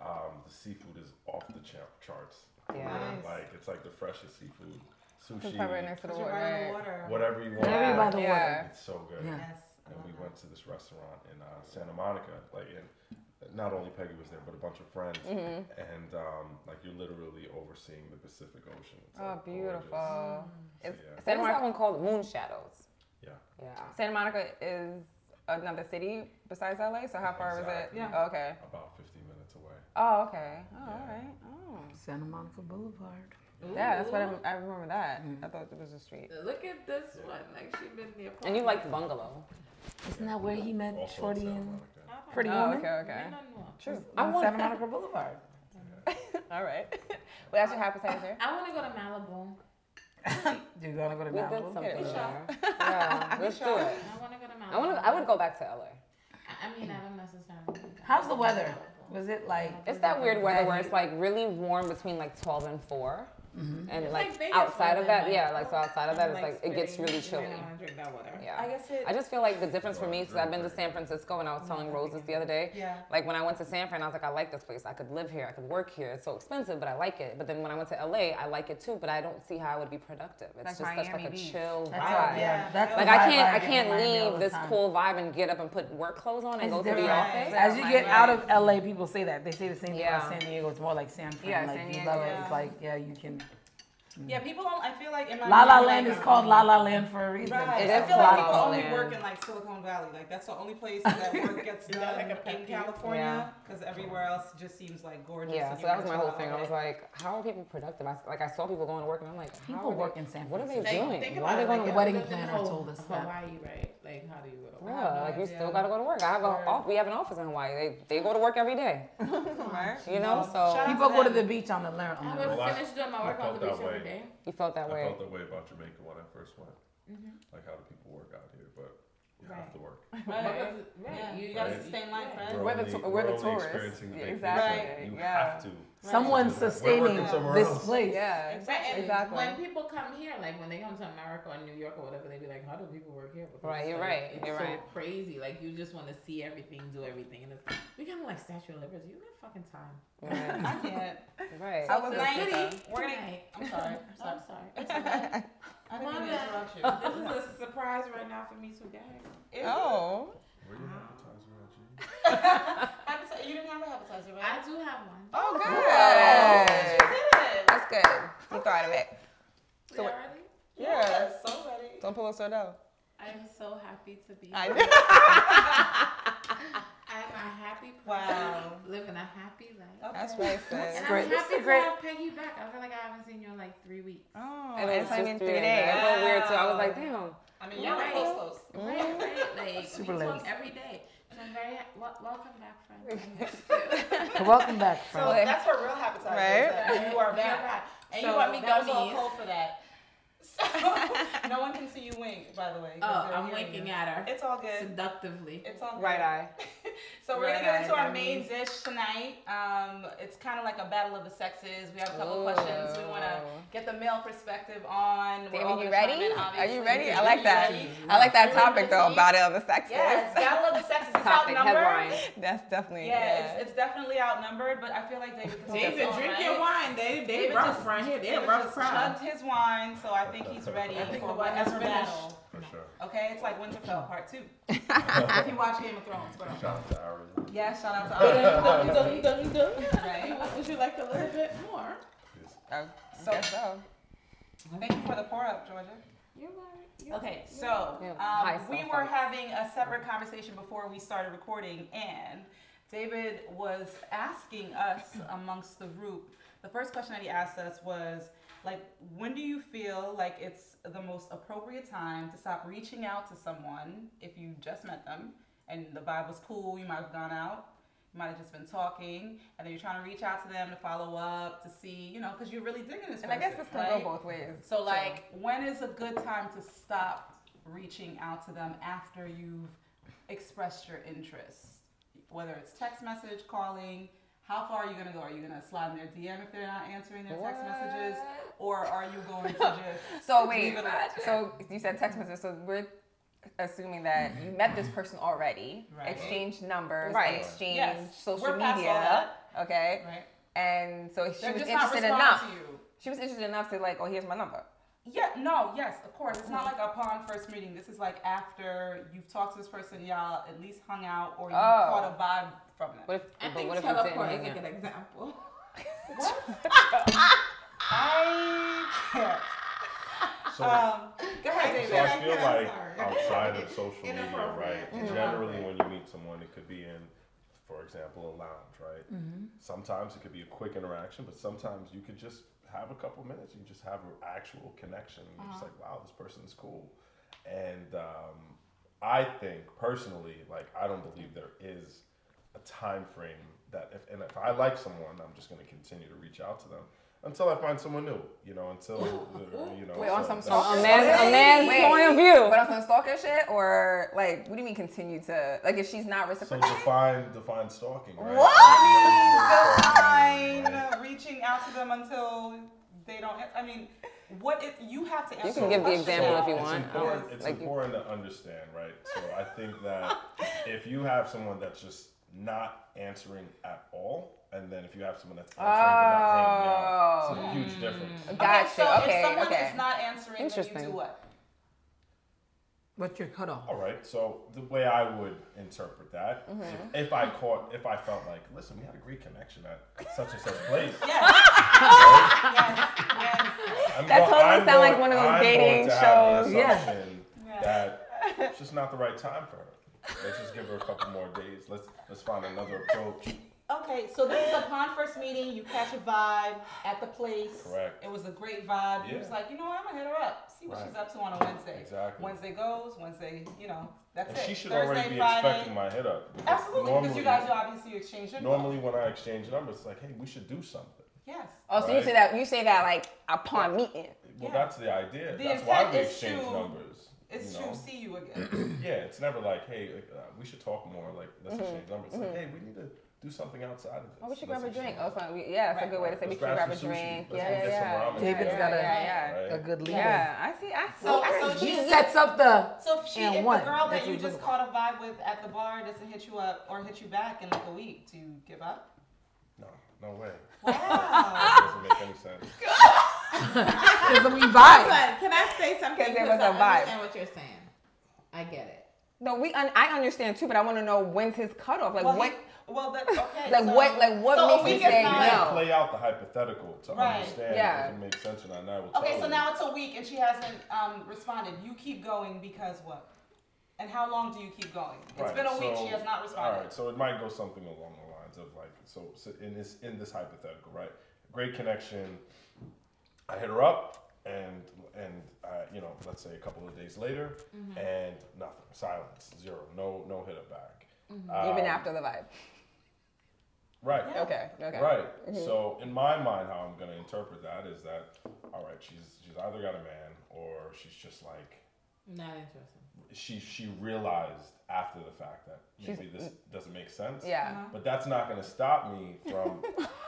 Speaker 6: Um, the seafood is off the cha- charts.
Speaker 2: Yeah.
Speaker 6: Yeah,
Speaker 1: Nice.
Speaker 6: Like it's like the freshest seafood,
Speaker 5: It's probably
Speaker 6: sushi,
Speaker 5: next to the
Speaker 1: You're
Speaker 5: water.
Speaker 1: right on the
Speaker 5: right?
Speaker 1: water.
Speaker 6: whatever you want.
Speaker 3: Whatever you want.
Speaker 5: Yeah.
Speaker 6: It's so good.
Speaker 3: Yeah.
Speaker 1: Yes. I love
Speaker 6: and we
Speaker 1: that.
Speaker 6: went to this restaurant in uh, Santa Monica. Like, and not only Peggy was there, but a bunch of friends.
Speaker 5: Mm. Mm-hmm.
Speaker 6: And um, like, you're literally overseeing the Pacific Ocean. It's,
Speaker 5: Oh,
Speaker 6: like, gorgeous.
Speaker 5: beautiful.
Speaker 1: Mm-hmm.
Speaker 6: So,
Speaker 5: It's-
Speaker 6: yeah,
Speaker 2: What is that one called? Moon Shadows.
Speaker 6: yeah.
Speaker 2: Yeah.
Speaker 5: Santa Monica is another city besides LA, so how far was it? Oh,
Speaker 6: Exactly.
Speaker 1: Yeah.
Speaker 5: Okay.
Speaker 6: About 50 minutes away.
Speaker 5: Oh, okay. Oh,
Speaker 6: Yeah.
Speaker 5: all right. Oh.
Speaker 3: Santa Monica Boulevard.
Speaker 5: Yeah, that's what I, I remember that.
Speaker 2: Mm-hmm.
Speaker 5: I thought it was a street.
Speaker 4: Look at this one. Like she been there.
Speaker 2: And you like the bungalow.
Speaker 3: Isn't that where he met
Speaker 6: Also in
Speaker 3: Shorty
Speaker 6: Santa
Speaker 3: and
Speaker 6: Monica.
Speaker 3: Pretty
Speaker 5: Oh,
Speaker 3: Woman?
Speaker 5: okay, okay. True.
Speaker 3: I
Speaker 2: I
Speaker 3: on
Speaker 2: want-
Speaker 3: Santa
Speaker 2: [LAUGHS]
Speaker 3: Monica Boulevard.
Speaker 5: All right. [LAUGHS] well, that's your appetizer.
Speaker 4: I want to go to Malibu.
Speaker 3: Do you want to go to
Speaker 2: We did
Speaker 3: Malibu?
Speaker 2: something
Speaker 5: Yeah.
Speaker 2: there. Yeah. Let's do it.
Speaker 4: I want to go to Malibu.
Speaker 2: I want to. I would go back to LA.
Speaker 4: I I mean, I don't necessarily.
Speaker 3: How's the weather? Was it like?
Speaker 2: It's that weird weather where it's like really warm between like 12 and 4. And like,
Speaker 4: like Vegas
Speaker 2: outside of
Speaker 4: weather,
Speaker 2: that,
Speaker 4: like-
Speaker 2: yeah, like so outside of that, it's like it gets really chilly.
Speaker 4: drink that water.
Speaker 2: Yeah.
Speaker 1: I guess it.
Speaker 2: I just feel like the difference for me, because I've been to San Francisco and I was telling Rose this the other day.
Speaker 1: Yeah.
Speaker 2: Like when I went to San Fran, I was like, I like this place. I could live here. I could work here. It's so expensive, but I like it. But then when I went to LA, I like it too, but I don't see how I would be productive. It's
Speaker 5: Like
Speaker 2: just such like
Speaker 5: Miami
Speaker 2: a
Speaker 5: Beach.
Speaker 2: chill
Speaker 3: That's
Speaker 1: Wow,
Speaker 3: all-
Speaker 2: vibe.
Speaker 1: yeah.
Speaker 3: That's the
Speaker 2: Like
Speaker 3: vibe
Speaker 2: I can't, I
Speaker 3: get
Speaker 2: can't
Speaker 3: from Miami all
Speaker 2: leave
Speaker 3: the
Speaker 2: this
Speaker 3: time.
Speaker 2: cool vibe and get up and put work clothes on and
Speaker 3: It's
Speaker 2: go to the
Speaker 3: different.
Speaker 2: office.
Speaker 3: As you
Speaker 5: Yeah,
Speaker 3: get
Speaker 5: my
Speaker 3: out of LA, people say that they say the same thing
Speaker 2: Yeah.
Speaker 3: about San Diego. It's more like San Fran.
Speaker 5: Yeah,
Speaker 3: like
Speaker 5: San
Speaker 3: you love it.
Speaker 5: Diego.
Speaker 3: It's like yeah, you can.
Speaker 1: Yeah, people don't. I feel like in my
Speaker 3: La La
Speaker 1: mind,
Speaker 3: Land
Speaker 1: like,
Speaker 3: is called La La Land for a reason.
Speaker 1: Right.
Speaker 2: It
Speaker 1: I
Speaker 2: is
Speaker 1: feel
Speaker 2: La
Speaker 1: like
Speaker 2: La
Speaker 1: people only
Speaker 2: Land.
Speaker 1: work in like Silicon Valley. Like that's the only place that [LAUGHS] work gets done
Speaker 4: like, a pet
Speaker 1: in
Speaker 4: peeve?
Speaker 1: California. Because everywhere else just seems like gorgeous.
Speaker 2: Yeah,
Speaker 1: and
Speaker 2: so
Speaker 1: you
Speaker 2: that was
Speaker 1: work
Speaker 2: my whole
Speaker 1: hard.
Speaker 2: thing. I was like, how are people productive? I, s- like I saw people going to work and I'm like, how
Speaker 3: People
Speaker 2: are they-
Speaker 3: work in San
Speaker 2: What are they
Speaker 4: Like,
Speaker 2: doing? Why are
Speaker 4: think about
Speaker 2: they going
Speaker 4: it, like,
Speaker 2: to
Speaker 4: if
Speaker 2: work?
Speaker 3: wedding
Speaker 4: you lived in
Speaker 3: planner
Speaker 4: Ho-
Speaker 3: told us that.
Speaker 4: Hawaii, right? Like, how do you? I have
Speaker 2: Yeah,
Speaker 4: no
Speaker 2: like you
Speaker 4: idea.
Speaker 2: still gotta go to work. I have a off, we have an office in Hawaii. They, they go to work every day.
Speaker 4: [LAUGHS]
Speaker 2: You know,
Speaker 1: Shout
Speaker 2: so
Speaker 1: out
Speaker 3: People
Speaker 1: to
Speaker 3: go to
Speaker 1: them.
Speaker 3: the beach on the land.
Speaker 4: I
Speaker 3: On the
Speaker 4: would
Speaker 6: Well, I-
Speaker 4: finish doing my
Speaker 6: I
Speaker 4: work on
Speaker 6: felt
Speaker 4: the beach
Speaker 6: that
Speaker 4: every
Speaker 6: way.
Speaker 4: day.
Speaker 2: you felt that
Speaker 6: I
Speaker 2: way.
Speaker 6: felt that way about Jamaica when I first went.
Speaker 5: Mm-hmm.
Speaker 6: Like, how do people work out here? But you have
Speaker 4: Right.
Speaker 6: to work.
Speaker 4: Right.
Speaker 2: [LAUGHS]
Speaker 1: Yeah.
Speaker 4: Right.
Speaker 1: You gotta
Speaker 6: Right.
Speaker 1: sustain life, right?
Speaker 6: We're,
Speaker 5: We're the
Speaker 6: only,
Speaker 5: tou- we're
Speaker 6: we're
Speaker 5: the
Speaker 6: only
Speaker 5: tourists.
Speaker 6: experiencing the
Speaker 5: Yeah,
Speaker 6: vacation.
Speaker 5: exactly.
Speaker 6: You
Speaker 5: Yeah.
Speaker 6: have to.
Speaker 3: Someone's
Speaker 6: We're working
Speaker 3: sustaining
Speaker 6: somewhere
Speaker 3: this
Speaker 6: else.
Speaker 3: place.
Speaker 5: Yeah.
Speaker 4: Exactly.
Speaker 5: Exactly.
Speaker 4: When people come here, like when they come to America or New York or whatever, they be like, "How do people work here?" Because
Speaker 2: Right,
Speaker 4: it's
Speaker 2: you're
Speaker 4: like,
Speaker 2: right,
Speaker 4: It's
Speaker 2: you're
Speaker 4: so
Speaker 2: right.
Speaker 4: crazy. Like you just want to see everything, do everything, and it's, we kind of like Statue of Liberty. You got fucking time.
Speaker 2: Right.
Speaker 1: I
Speaker 4: [LAUGHS]
Speaker 1: can't.
Speaker 2: right.
Speaker 5: I was
Speaker 4: So
Speaker 5: with
Speaker 4: city,
Speaker 5: them.
Speaker 1: We're gonna-
Speaker 4: tonight-
Speaker 1: I'm sorry. I'm sorry.
Speaker 4: [LAUGHS] I'm sorry. It's okay.
Speaker 1: I didn't mean to
Speaker 4: Mama.
Speaker 1: interrupt you.
Speaker 4: [LAUGHS] this is a surprise right now for me too, guys.
Speaker 1: Is it?
Speaker 5: Oh.
Speaker 6: Where your appetizer at, Gina?
Speaker 1: Appeti- you didn't have an appetizer, right?
Speaker 4: I do have one.
Speaker 5: Oh, good.
Speaker 1: did.
Speaker 5: That's good. You thought of it.
Speaker 4: So we already?
Speaker 5: Yeah.
Speaker 1: So ready.
Speaker 5: Don't pull us so down.
Speaker 4: I am so happy to be.
Speaker 5: I
Speaker 4: here.
Speaker 5: know.
Speaker 4: [LAUGHS] I am a happy person.
Speaker 1: Wow.
Speaker 4: Living a happy life.
Speaker 1: Okay.
Speaker 5: That's right, sis.
Speaker 4: [LAUGHS] And
Speaker 3: great.
Speaker 4: I'm
Speaker 3: This
Speaker 4: happy
Speaker 3: is
Speaker 4: to
Speaker 3: great.
Speaker 4: have Peggy back. I feel like I haven't seen you in like three weeks.
Speaker 5: Oh,
Speaker 2: And it was
Speaker 5: it's
Speaker 2: just
Speaker 5: only
Speaker 2: three
Speaker 5: three
Speaker 2: days.
Speaker 5: days.
Speaker 2: That's a little weird too. I was like, damn.
Speaker 1: I mean, y'all are
Speaker 4: Right.
Speaker 1: close, close.
Speaker 4: Right,
Speaker 1: [LAUGHS]
Speaker 4: right. Like
Speaker 3: Super
Speaker 4: we
Speaker 3: ladies.
Speaker 4: talk every day. And I'm very ha- wel- welcome back, friend.
Speaker 1: [LAUGHS]
Speaker 3: Welcome
Speaker 5: [LAUGHS]
Speaker 3: back,
Speaker 1: So
Speaker 3: friend.
Speaker 1: that's what real appetizer is.
Speaker 5: Right.
Speaker 1: that You are
Speaker 4: You're
Speaker 1: back.
Speaker 4: back. And
Speaker 1: So
Speaker 4: you want me
Speaker 1: that was all
Speaker 4: gummies.
Speaker 1: cold for that. [LAUGHS] So [LAUGHS] no one can see you wink, by the way. 'cause
Speaker 4: Oh,
Speaker 1: they're
Speaker 4: I'm
Speaker 1: hearing
Speaker 4: winking
Speaker 1: you.
Speaker 4: at her
Speaker 1: It's all good.
Speaker 4: seductively.
Speaker 1: It's all good.
Speaker 2: Right eye.
Speaker 1: [LAUGHS] So we're gonna
Speaker 4: Right
Speaker 1: get into
Speaker 4: eye,
Speaker 1: our
Speaker 4: that
Speaker 1: main
Speaker 4: means-
Speaker 1: dish tonight. Um, it's kind of like a battle of the sexes. We have a couple
Speaker 2: Ooh.
Speaker 1: questions. We want to get the male perspective on. We're all
Speaker 5: Damn,
Speaker 1: gonna
Speaker 5: you
Speaker 1: chime
Speaker 5: ready?
Speaker 1: in,
Speaker 5: Are
Speaker 1: obviously.
Speaker 5: you ready? I
Speaker 1: You
Speaker 5: like that.
Speaker 1: ready?
Speaker 5: I like that
Speaker 1: You ready
Speaker 5: topic
Speaker 1: for
Speaker 5: though
Speaker 1: tea?
Speaker 5: about it of the sexes.
Speaker 1: Yes,
Speaker 5: [LAUGHS]
Speaker 1: battle of the sexes. It's
Speaker 2: Topic
Speaker 1: outnumbered.
Speaker 2: headline.
Speaker 5: That's definitely.
Speaker 1: Yeah, It's, it's definitely outnumbered, but I feel like David. can take
Speaker 4: David,
Speaker 1: us on,
Speaker 4: drink
Speaker 1: right?
Speaker 4: your wine. They they
Speaker 1: David
Speaker 4: rough
Speaker 1: just-
Speaker 4: right here. They
Speaker 1: David
Speaker 4: a rough
Speaker 1: just
Speaker 4: crowd.
Speaker 1: chugged his wine, so I think he's ready
Speaker 6: I think
Speaker 1: for
Speaker 4: the wine is
Speaker 1: whatever
Speaker 4: finished.
Speaker 1: battle.
Speaker 6: For
Speaker 1: original.
Speaker 6: sure.
Speaker 1: Okay, it's like Winterfell Part
Speaker 5: [LAUGHS]
Speaker 1: Two. if you watch Game of Thrones, but
Speaker 6: Shout out to Arizona.
Speaker 1: yeah, shout
Speaker 4: [LAUGHS]
Speaker 1: out to
Speaker 4: You
Speaker 1: all
Speaker 4: done, you done, you done, you done.
Speaker 1: Right.
Speaker 4: What Would you like a little bit more?
Speaker 5: I
Speaker 1: So-
Speaker 5: guess so.
Speaker 1: Thank you for the pour up, Georgia.
Speaker 4: You're right. You're
Speaker 1: Okay, so
Speaker 2: Yeah, high
Speaker 1: um, we
Speaker 2: cell
Speaker 1: were
Speaker 2: phones.
Speaker 1: having a separate conversation before we started recording, and David was asking us amongst the group. The first question that he asked us was, like, when do you feel like it's the most appropriate time to stop reaching out to someone if you just met them and the vibe was cool, you might have gone out, you might have just been talking, and then you're trying to reach out to them to follow up to see, you know, because you're really digging this.
Speaker 5: And I guess
Speaker 1: person,
Speaker 5: this can
Speaker 1: right?
Speaker 5: go both ways.
Speaker 1: So, like, when is a good time to stop reaching out to them after you've expressed your interest? Whether it's text message, calling, how far are you gonna go? Are you gonna slide in their DM if they're not answering their text messages, or are you going
Speaker 5: [LAUGHS]
Speaker 1: to just
Speaker 5: So wait,
Speaker 1: leave it alone?
Speaker 5: so you said text message. So we're assuming that you met this person already,
Speaker 1: Right.
Speaker 5: exchanged numbers,
Speaker 2: Right.
Speaker 5: exchanged
Speaker 1: Yes.
Speaker 5: social
Speaker 1: We're past all
Speaker 5: media.
Speaker 1: that.
Speaker 5: Okay,
Speaker 1: right?
Speaker 5: and so she
Speaker 1: They're
Speaker 5: was
Speaker 1: just not
Speaker 5: interested
Speaker 1: responding
Speaker 5: enough.
Speaker 1: to you.
Speaker 5: She was interested enough to like, oh, here's my number.
Speaker 1: Yeah, no, yes, of course. It's not
Speaker 5: Mm-hmm.
Speaker 1: like upon first meeting. This is like after you've talked to this person, y'all at least hung out or you
Speaker 5: Oh.
Speaker 1: caught a vibe from them.
Speaker 2: What if,
Speaker 4: I
Speaker 2: but
Speaker 4: think
Speaker 2: what if you didn't
Speaker 4: teleport is
Speaker 2: hang
Speaker 4: a
Speaker 2: out?
Speaker 4: good example.
Speaker 1: [LAUGHS] I can't.
Speaker 6: So,
Speaker 1: Um, go ahead, David.
Speaker 6: so I feel
Speaker 4: I'm
Speaker 6: like
Speaker 4: sorry. [LAUGHS]
Speaker 6: outside of social media, right?
Speaker 4: Inappropriate. Mm-hmm.
Speaker 6: Generally, when you meet someone, it could be in, for example, a lounge, right?
Speaker 5: Mm-hmm.
Speaker 6: Sometimes it could be a quick interaction, but sometimes you could just have a couple minutes. You just have an actual connection. You're just
Speaker 5: Uh-huh.
Speaker 6: like, wow, this person's cool. And um, I think personally, like, I don't believe there is a time frame that if and if I like someone, I'm just going to continue to reach out to them until I find someone new. You know, until you know.
Speaker 5: Wait, on
Speaker 6: so
Speaker 5: some
Speaker 6: that's-
Speaker 5: stalker
Speaker 2: A man's- a man's point of view.
Speaker 5: But on some stalker shit, or like, what do you mean continue to like if she's not
Speaker 6: So
Speaker 5: reciprocal?
Speaker 6: define define stalking, right?
Speaker 5: What?
Speaker 6: I
Speaker 1: fine uh, reaching out to them until they don't. I mean, what if you have to answer?
Speaker 2: can give the
Speaker 1: question.
Speaker 2: example if you want.
Speaker 6: It's
Speaker 2: I don't-
Speaker 6: important, it's
Speaker 2: like you-
Speaker 6: important to understand, right? So I think
Speaker 2: [LAUGHS]
Speaker 6: that if you have someone that's just not answering at all, and then if you have someone that's answering but not
Speaker 2: Oh.
Speaker 6: hanging out, it's a huge difference.
Speaker 2: Mm.
Speaker 5: Gotcha.
Speaker 1: so
Speaker 5: okay,
Speaker 1: if someone
Speaker 5: okay.
Speaker 1: is not answering, then you
Speaker 2: Interesting.
Speaker 1: do what?
Speaker 3: What's your cutoff?
Speaker 6: All right. So the way I would interpret that,
Speaker 2: Mm-hmm.
Speaker 6: if, if I caught, if I felt like, listen, we had a great connection at such and such place.
Speaker 1: Yes. yes. Yes.
Speaker 6: I'm
Speaker 5: That
Speaker 6: go-
Speaker 5: totally
Speaker 6: I'm
Speaker 5: sound like
Speaker 6: going-
Speaker 5: one of those
Speaker 6: I'm going
Speaker 5: dating
Speaker 6: to have
Speaker 5: shows.
Speaker 6: an
Speaker 3: Yeah.
Speaker 6: assumption That it's just not the right time for her. Let's just give her a couple more days. Let's let's find another approach.
Speaker 1: Okay, so this is upon first meeting. You catch a vibe at the place.
Speaker 6: Correct.
Speaker 1: It was a great vibe. You was
Speaker 6: Yeah.
Speaker 1: like, you know what? I'm gonna hit her up. See what
Speaker 6: Right.
Speaker 1: she's up to on a Wednesday.
Speaker 6: Exactly.
Speaker 1: Wednesday goes. Wednesday, you know, that's
Speaker 6: And
Speaker 1: it.
Speaker 6: she should
Speaker 1: Thursday,
Speaker 6: already be
Speaker 1: Friday.
Speaker 6: expecting my hit up. because
Speaker 1: Absolutely, because
Speaker 6: normally-
Speaker 1: you guys obviously exchange your
Speaker 6: Normally, when I exchange numbers, it's like, hey, we should do something.
Speaker 1: Yes.
Speaker 5: Oh, so you
Speaker 6: Right.
Speaker 5: say that you say that like upon meeting.
Speaker 1: Yeah.
Speaker 6: Well, that's the idea.
Speaker 1: The
Speaker 6: that's why
Speaker 1: intent
Speaker 6: we
Speaker 1: is
Speaker 6: exchange
Speaker 1: to-
Speaker 6: numbers.
Speaker 1: It's
Speaker 6: you
Speaker 1: to
Speaker 6: know?
Speaker 1: see you again.
Speaker 6: [CLEARS THROAT] Yeah, it's never like, hey, like, uh, we should talk more. Like,
Speaker 5: Mm-hmm.
Speaker 6: let's exchange numbers. It's like, hey, we need to do something outside of this.
Speaker 5: Oh, we should
Speaker 6: Let's
Speaker 5: grab a drink.
Speaker 6: exchange
Speaker 5: Oh,
Speaker 6: numbers,
Speaker 5: so we, yeah, it's a
Speaker 1: Right.
Speaker 5: good way to say we should
Speaker 6: Let's grab
Speaker 5: grab a
Speaker 6: some sushi.
Speaker 5: drink.
Speaker 6: Let's
Speaker 5: yeah,
Speaker 6: go
Speaker 5: yeah,
Speaker 6: get some
Speaker 5: yeah.
Speaker 6: ramen.
Speaker 3: David's
Speaker 5: yeah,
Speaker 3: got a-
Speaker 5: yeah, yeah.
Speaker 6: right?
Speaker 3: A good leader.
Speaker 5: Yeah, I see. I see.
Speaker 1: So-
Speaker 5: I
Speaker 1: so
Speaker 5: see.
Speaker 3: He
Speaker 1: you-
Speaker 3: sets up the.
Speaker 1: so if she,
Speaker 3: And
Speaker 1: if
Speaker 3: one.
Speaker 1: the girl
Speaker 3: That's
Speaker 1: that you
Speaker 3: what you
Speaker 1: just
Speaker 3: do.
Speaker 1: caught a vibe with at the bar doesn't hit you up or hit you back in like a week, do you give up?
Speaker 6: No, no way.
Speaker 1: Wow.
Speaker 6: That doesn't make any
Speaker 1: [LAUGHS]
Speaker 6: sense.
Speaker 3: Because we vibe.
Speaker 4: But can I say something?
Speaker 5: 'Cause there
Speaker 4: Because
Speaker 5: was a
Speaker 4: I
Speaker 5: vibe.
Speaker 4: understand what you're saying. I get it.
Speaker 5: No, we. Un- I understand too, but I want to know when's his cutoff. Like
Speaker 1: well,
Speaker 5: what?
Speaker 1: he- well, that's okay.
Speaker 5: Like
Speaker 1: so-
Speaker 5: what? Like what
Speaker 1: so a
Speaker 5: makes
Speaker 1: week
Speaker 5: you
Speaker 1: is
Speaker 5: say
Speaker 1: not-
Speaker 6: I
Speaker 5: no?
Speaker 6: play out the hypothetical to
Speaker 1: Right.
Speaker 6: understand
Speaker 5: Yeah.
Speaker 6: if it makes sense or not. And I will tell
Speaker 1: Okay, so
Speaker 6: you.
Speaker 1: now it's a week and she hasn't um, responded. You keep going because what? And how long do you keep going? It's
Speaker 6: Right,
Speaker 1: been a week.
Speaker 6: so-
Speaker 1: She has not
Speaker 6: All
Speaker 1: responded.
Speaker 6: right, so it might go something along the lines of like, so, so in this in this hypothetical, right? Great connection. I hit her up, and and uh, you know, let's say a couple of days later,
Speaker 1: Mm-hmm.
Speaker 6: and nothing, silence, zero, no no hit up back.
Speaker 5: Mm-hmm. Even
Speaker 6: Um,
Speaker 5: after the vibe.
Speaker 6: right?
Speaker 5: Okay. Okay.
Speaker 6: Right.
Speaker 1: Mm-hmm.
Speaker 6: So in my mind, how I'm gonna interpret that is that, all right, she's she's either got a man or she's just like
Speaker 4: Not interesting.
Speaker 6: she she realized after the fact that maybe this
Speaker 1: mm.
Speaker 6: doesn't make sense.
Speaker 5: Yeah.
Speaker 6: But that's not going to stop me
Speaker 1: [LAUGHS]
Speaker 6: from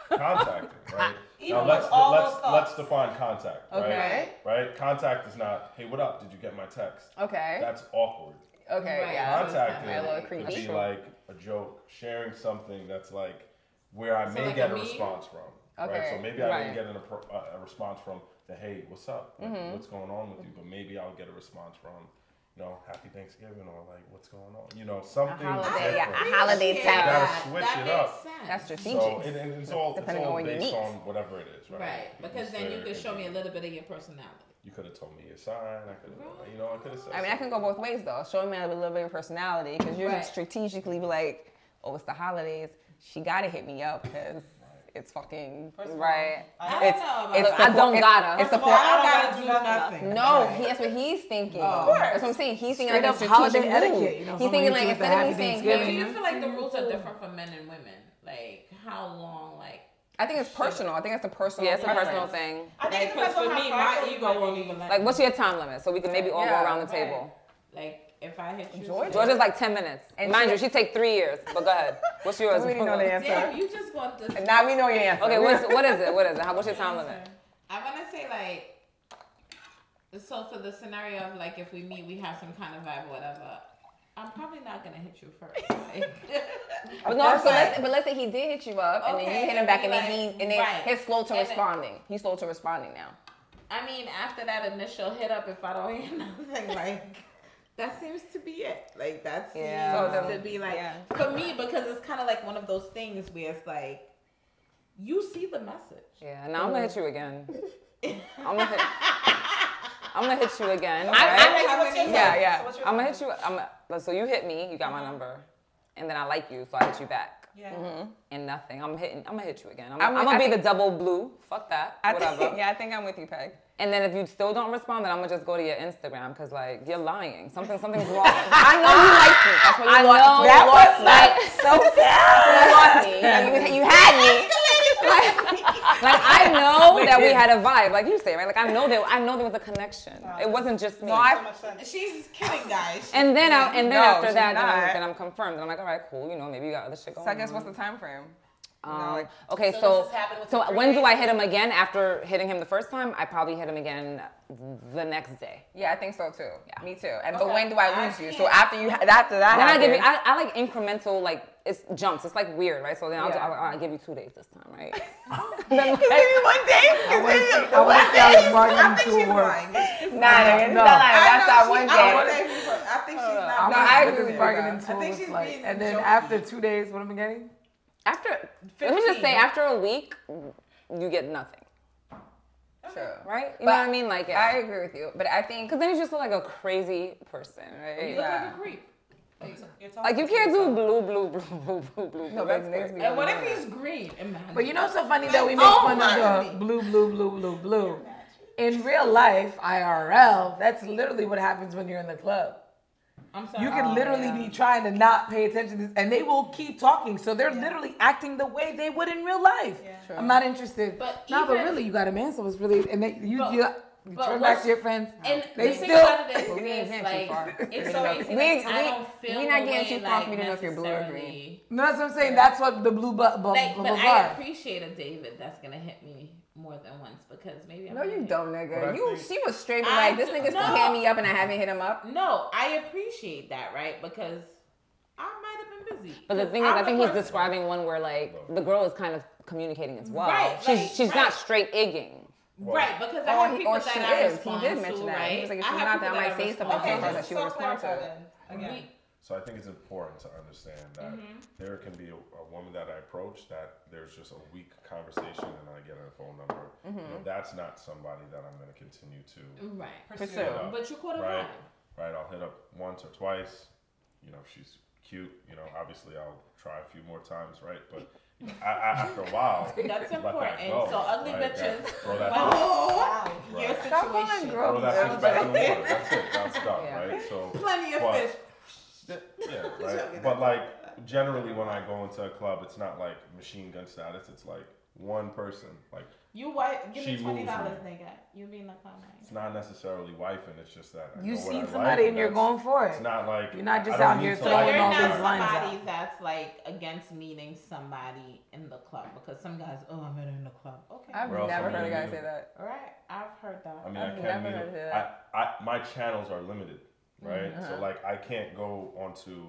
Speaker 6: contacting, right?
Speaker 1: Even
Speaker 6: now let's
Speaker 1: with all
Speaker 6: let's
Speaker 1: those thoughts.
Speaker 6: let's define contact, right?
Speaker 5: Okay.
Speaker 6: Right? Contact is not, hey, what up? Did you get my text?
Speaker 1: Uh-huh.
Speaker 5: Okay.
Speaker 6: That's awkward.
Speaker 5: okay.
Speaker 4: Right.
Speaker 5: Yeah.
Speaker 4: That's
Speaker 6: Contact
Speaker 5: kinda a little
Speaker 6: could
Speaker 5: creepy.
Speaker 6: be like a joke, sharing something that's like where I may
Speaker 4: like
Speaker 6: get
Speaker 4: a
Speaker 6: a
Speaker 4: meme?
Speaker 6: response from. Right?
Speaker 5: Okay,
Speaker 6: So maybe I
Speaker 5: right. Mm-hmm.
Speaker 6: didn't get an, appro- uh, a, a response from the hey, what's up? Like, What's going on with you? But maybe I'll get a response from, you know, happy Thanksgiving or like what's going on. You know, something
Speaker 5: holiday, yeah,
Speaker 6: different.
Speaker 5: a holiday
Speaker 6: You
Speaker 5: type.
Speaker 6: gotta
Speaker 4: that,
Speaker 6: switch
Speaker 4: that
Speaker 6: it
Speaker 4: makes
Speaker 6: up.
Speaker 4: sense.
Speaker 5: That's strategic.
Speaker 6: So and, and it's all it's
Speaker 5: Depending on
Speaker 6: all
Speaker 5: when you
Speaker 6: based
Speaker 5: meet.
Speaker 6: on whatever it is, right?
Speaker 4: Right,
Speaker 6: You
Speaker 4: because
Speaker 6: just
Speaker 4: then
Speaker 6: said
Speaker 4: you
Speaker 6: it
Speaker 4: could show me a
Speaker 6: be-
Speaker 4: little bit of your personality.
Speaker 6: You could have told me your sign. I could have, you know, I could have said.
Speaker 5: I mean, I can go
Speaker 6: something.
Speaker 5: both ways though. Showing me a little bit of personality because you're
Speaker 4: Right.
Speaker 5: strategically be like, oh, it's the holidays. She gotta hit me up because it's fucking
Speaker 1: First of all,
Speaker 2: Right.
Speaker 1: I
Speaker 4: I
Speaker 1: don't-
Speaker 4: don't
Speaker 2: It's-
Speaker 4: know about
Speaker 2: it's
Speaker 4: that.
Speaker 5: [LAUGHS]
Speaker 2: the- I don't
Speaker 5: it's-
Speaker 2: gotta.
Speaker 5: It's
Speaker 1: First
Speaker 5: the
Speaker 1: of all, I
Speaker 5: four.
Speaker 1: don't gotta do nothing.
Speaker 2: No,
Speaker 1: Right.
Speaker 2: he, that's what he's thinking.
Speaker 1: Of
Speaker 5: course.
Speaker 2: That's what I'm saying. He's thinking
Speaker 3: Straight
Speaker 2: like a
Speaker 3: up holiday
Speaker 2: strategic move.
Speaker 3: etiquette, you know,
Speaker 2: he's
Speaker 3: someone
Speaker 2: thanking
Speaker 3: hits
Speaker 2: like
Speaker 3: you with the
Speaker 2: instead of
Speaker 3: happy
Speaker 2: me saying,
Speaker 4: But do
Speaker 2: hey,
Speaker 3: Thanksgiving.
Speaker 4: you feel like the rules are different for men and women? Like how long? Like
Speaker 5: I think it's personal. I think it's a personal.
Speaker 2: yeah, it's a personal
Speaker 5: preference.
Speaker 2: thing.
Speaker 1: I think it
Speaker 4: because
Speaker 1: depends on
Speaker 4: for
Speaker 1: how
Speaker 4: me, my
Speaker 1: prideful you
Speaker 4: ego
Speaker 1: might
Speaker 4: won't
Speaker 1: be.
Speaker 4: even let.
Speaker 2: Like,
Speaker 4: me.
Speaker 2: what's your time limit? So we can maybe all
Speaker 5: Yeah,
Speaker 2: go around the
Speaker 5: right.
Speaker 2: table.
Speaker 4: Like if I hit you,
Speaker 5: Georgia-
Speaker 4: so-
Speaker 2: Georgia's like 10 minutes.
Speaker 5: And
Speaker 2: Mind
Speaker 5: she-
Speaker 2: you, she take three years, but go ahead. What's yours?
Speaker 5: We already know the answer.
Speaker 4: Damn, you just want this.
Speaker 5: And now we know your answer.
Speaker 2: Okay, what's, what is it? What is it? How, what's your time limit?
Speaker 4: I want to say like. So for the scenario of like if we meet, we have some kind of vibe, whatever. I'm probably not gonna hit you first. Like, [LAUGHS]
Speaker 5: But no, so let's, but let's say he did hit you up, and then
Speaker 4: Okay,
Speaker 5: you hit him
Speaker 4: and
Speaker 5: back,
Speaker 4: be
Speaker 5: and then
Speaker 4: like,
Speaker 5: he and then
Speaker 4: right.
Speaker 5: he's slow to
Speaker 4: And then-
Speaker 5: responding. he's slow to responding now.
Speaker 4: I mean, after that initial hit up, if I don't hear [LAUGHS] nothing, like that seems to be it. Like that seems
Speaker 2: Yeah.
Speaker 5: So then-
Speaker 4: to be like
Speaker 5: yeah.
Speaker 4: for me because it's kind of like one of those things where it's like you see the message.
Speaker 2: Yeah, now I'm gonna hit you
Speaker 4: [LAUGHS]
Speaker 2: again. I'm gonna hit, I'm gonna hit you again. right?
Speaker 1: I like what's your
Speaker 2: Yeah,
Speaker 1: time?
Speaker 2: yeah.
Speaker 1: So what's your
Speaker 2: I'm gonna
Speaker 1: time?
Speaker 2: hit you. I'm like, so you hit me. You got my number, and then I like you, so I hit you back.
Speaker 1: Yeah.
Speaker 2: And nothing. I'm hitting. I'm gonna hit you again. I'm,
Speaker 5: Mm-hmm. I'm-
Speaker 2: I'm gonna
Speaker 5: I
Speaker 2: be
Speaker 5: think-
Speaker 2: the double blue. Fuck that.
Speaker 5: I
Speaker 2: Whatever.
Speaker 5: think, [LAUGHS] yeah, I think I'm with you, Peg.
Speaker 2: And then if you still don't respond, then I'm gonna just go to your Instagram because like you're lying. Something [LAUGHS] something's wrong. I know you like me. That's what you I
Speaker 5: lost-
Speaker 2: Know
Speaker 5: that
Speaker 2: you lost
Speaker 5: was
Speaker 2: me. [LAUGHS]
Speaker 5: So
Speaker 2: You
Speaker 5: sad.
Speaker 2: lost me. Like, you, you had me. Like, [LAUGHS] like, I know that we had a vibe, like you say, right? Like I know that I know there was a connection. It wasn't just me.
Speaker 1: So much sense.
Speaker 4: She's kidding,
Speaker 5: [LAUGHS]
Speaker 4: guys.
Speaker 2: and then I, and then
Speaker 5: No,
Speaker 2: after
Speaker 5: she's
Speaker 2: that, then I'm,
Speaker 5: not.
Speaker 2: then I'm confirmed. And I'm like, all right, cool. You know, maybe you got other shit going.
Speaker 5: So I guess
Speaker 2: on.
Speaker 5: what's the time frame?
Speaker 2: Um,
Speaker 5: like-
Speaker 2: okay, so
Speaker 1: So this has happened with
Speaker 2: so,
Speaker 1: you three
Speaker 2: when do I
Speaker 1: days?
Speaker 2: hit him again? After hitting him the first time, I probably hit him again the next day.
Speaker 5: Yeah, I think so too.
Speaker 2: Yeah.
Speaker 5: Me too. And but
Speaker 4: Okay.
Speaker 5: when do I
Speaker 4: I
Speaker 5: lose you? So
Speaker 4: can't-
Speaker 5: after you, after that,
Speaker 2: Then I give you,
Speaker 5: happened,
Speaker 2: I, I like incremental, like it's jumps. It's like weird, right? So then I'll,
Speaker 5: Yeah.
Speaker 2: I'll, I'll give you two days this time, right?
Speaker 5: Maybe one day.
Speaker 3: I want to see how it's marketing to work.
Speaker 5: [LAUGHS] Nah, it's
Speaker 3: No.
Speaker 5: not like that's not one
Speaker 4: I,
Speaker 5: day.
Speaker 4: think she's not.
Speaker 5: No, I
Speaker 3: What
Speaker 5: agree
Speaker 3: this
Speaker 5: with
Speaker 3: bargaining
Speaker 5: you.
Speaker 3: tool
Speaker 4: I think
Speaker 3: looks
Speaker 4: she's
Speaker 3: like.
Speaker 4: being
Speaker 3: And then
Speaker 4: jokey.
Speaker 3: after two days, what am I getting?
Speaker 2: After let me just say,
Speaker 4: 15.
Speaker 2: after a week, you get nothing,
Speaker 5: True.
Speaker 2: right? You know
Speaker 5: But
Speaker 2: what I mean? Like,
Speaker 5: I agree with you, but I think
Speaker 2: because then you just look like a crazy person, right?
Speaker 4: You look
Speaker 5: yeah.
Speaker 4: like a creep.
Speaker 1: You're talking
Speaker 2: Like you
Speaker 1: to
Speaker 2: can't do
Speaker 1: yourself.
Speaker 2: blue, blue, blue, blue, blue, blue.
Speaker 5: no,
Speaker 2: blue.
Speaker 5: that's
Speaker 2: That's
Speaker 5: next
Speaker 2: crazy.
Speaker 4: And what if he's green? Imagine.
Speaker 3: But you know, it's so funny that we make
Speaker 4: Oh
Speaker 3: fun
Speaker 4: my.
Speaker 3: of the blue, blue, blue, blue, blue. In real life, IRL, that's literally what happens when you're in the club.
Speaker 4: I'm sorry.
Speaker 3: You can literally be trying to not pay attention, to this, and they will keep talking. So they're literally acting the way they would in real life. I'm not interested.
Speaker 4: But
Speaker 3: no, but
Speaker 4: even-
Speaker 3: really, you got a man, so it's really and they, you
Speaker 4: But-
Speaker 3: you, you
Speaker 4: but
Speaker 3: turn back
Speaker 4: what's-
Speaker 3: to your friends.
Speaker 4: And
Speaker 3: they
Speaker 4: they
Speaker 3: still-
Speaker 4: still. Out of this,
Speaker 5: we ain't
Speaker 4: is,
Speaker 5: getting too
Speaker 4: like,
Speaker 5: far.
Speaker 4: It's
Speaker 5: No.
Speaker 4: so easy.
Speaker 5: We-
Speaker 4: like, I
Speaker 5: we-
Speaker 4: don't feel
Speaker 5: we not
Speaker 4: the
Speaker 5: getting
Speaker 4: way,
Speaker 5: too far
Speaker 4: like,
Speaker 5: for me to know if you're blue or green.
Speaker 4: necessarily-
Speaker 3: No, that's what I'm saying. That's what the blue bu- bu-
Speaker 4: Like,
Speaker 3: bu-
Speaker 4: but I
Speaker 3: bazaar.
Speaker 4: appreciate a David that's gonna hit me more than once because maybe I'm
Speaker 5: No, you
Speaker 4: gonna-
Speaker 5: don't,
Speaker 6: But I
Speaker 5: nigga. You,
Speaker 6: think-
Speaker 5: she was straight but
Speaker 4: I-
Speaker 5: like, this nigga
Speaker 4: no.
Speaker 5: still hit me up and I haven't hit him up.
Speaker 4: No, I appreciate that, right? Because I might have been busy.
Speaker 2: But the thing is,
Speaker 4: I'm
Speaker 2: I
Speaker 4: the
Speaker 2: think he's
Speaker 4: person-
Speaker 2: describing one where like the girl is kind of communicating as well.
Speaker 4: Right,
Speaker 2: she's
Speaker 4: like,
Speaker 2: she's not
Speaker 4: right.
Speaker 2: straight igging.
Speaker 4: right because I
Speaker 5: Or
Speaker 4: have
Speaker 5: Oh, he-
Speaker 4: people
Speaker 5: or
Speaker 4: that
Speaker 5: she
Speaker 4: I
Speaker 5: is. He
Speaker 4: respond
Speaker 5: did mention
Speaker 4: to,
Speaker 5: that. He
Speaker 4: right?
Speaker 5: was like, if
Speaker 4: I have
Speaker 5: she's not, then
Speaker 4: people
Speaker 5: I might
Speaker 4: that
Speaker 5: say
Speaker 4: respond
Speaker 5: something
Speaker 1: Okay,
Speaker 5: to her
Speaker 4: to.
Speaker 5: that
Speaker 1: just
Speaker 5: she would
Speaker 1: so
Speaker 5: respond
Speaker 1: clarify
Speaker 5: to.
Speaker 1: then. Again,
Speaker 4: We-
Speaker 6: So I think it's important to understand that there can be a, a woman that I approach that there's just a weak conversation and I get a phone number. You know, that's not somebody that I'm going to continue to.
Speaker 4: Right.
Speaker 1: pursue.
Speaker 6: hit up,
Speaker 4: But you caught a
Speaker 6: right,
Speaker 4: vibe.
Speaker 6: right. I'll hit up once or twice. You know, if she's cute. You know, obviously I'll try a few more times, right? But you know, I, I, after
Speaker 4: [LAUGHS]
Speaker 6: a while,
Speaker 4: That's
Speaker 6: let that
Speaker 4: important.
Speaker 6: go,
Speaker 4: So ugly
Speaker 6: Oh, right?
Speaker 4: bitches.
Speaker 6: That-
Speaker 4: [LAUGHS]
Speaker 6: throw that.
Speaker 4: Oh,
Speaker 6: Right.
Speaker 4: your
Speaker 5: Stop calling
Speaker 4: situation.
Speaker 5: girl-
Speaker 6: Throw that fish back in
Speaker 4: [LAUGHS]
Speaker 6: the water. That's it. That's done,
Speaker 2: Yeah.
Speaker 6: right? So
Speaker 4: Plenty of
Speaker 6: but-
Speaker 4: fish.
Speaker 6: [LAUGHS] Yeah,
Speaker 4: [LAUGHS]
Speaker 6: right. But like generally, when I go into a club, it's not like machine gun status. It's like one person. Like
Speaker 4: You white, give
Speaker 6: She
Speaker 4: me
Speaker 6: rules
Speaker 4: twenty dollars,
Speaker 6: me.
Speaker 4: nigga. You oh be in the club.
Speaker 6: it's not necessarily wifing. It's just that I
Speaker 3: You
Speaker 6: know what I
Speaker 3: see
Speaker 6: like,
Speaker 3: somebody and you're
Speaker 6: that's-
Speaker 3: going for it.
Speaker 6: It's not like
Speaker 3: You're not
Speaker 6: I
Speaker 3: just
Speaker 6: don't
Speaker 3: out
Speaker 6: need
Speaker 3: here
Speaker 6: to
Speaker 4: So
Speaker 3: throwing
Speaker 6: like
Speaker 4: you're
Speaker 3: all
Speaker 6: you.
Speaker 3: these
Speaker 4: not
Speaker 3: lines out.
Speaker 4: somebody that's like against meeting somebody in the club because some guys, oh, I met her in the club. Okay,
Speaker 5: I've
Speaker 6: Or else
Speaker 5: never
Speaker 6: I'm
Speaker 5: heard a
Speaker 6: gonna
Speaker 5: guy
Speaker 6: leave.
Speaker 5: say that.
Speaker 4: all right, I've heard that.
Speaker 6: I mean,
Speaker 5: I've
Speaker 6: I
Speaker 5: never
Speaker 6: can't meet
Speaker 5: heard
Speaker 6: him.
Speaker 5: that.
Speaker 6: I, I, my channels are limited, right?
Speaker 5: Uh-huh.
Speaker 6: So like, I can't go onto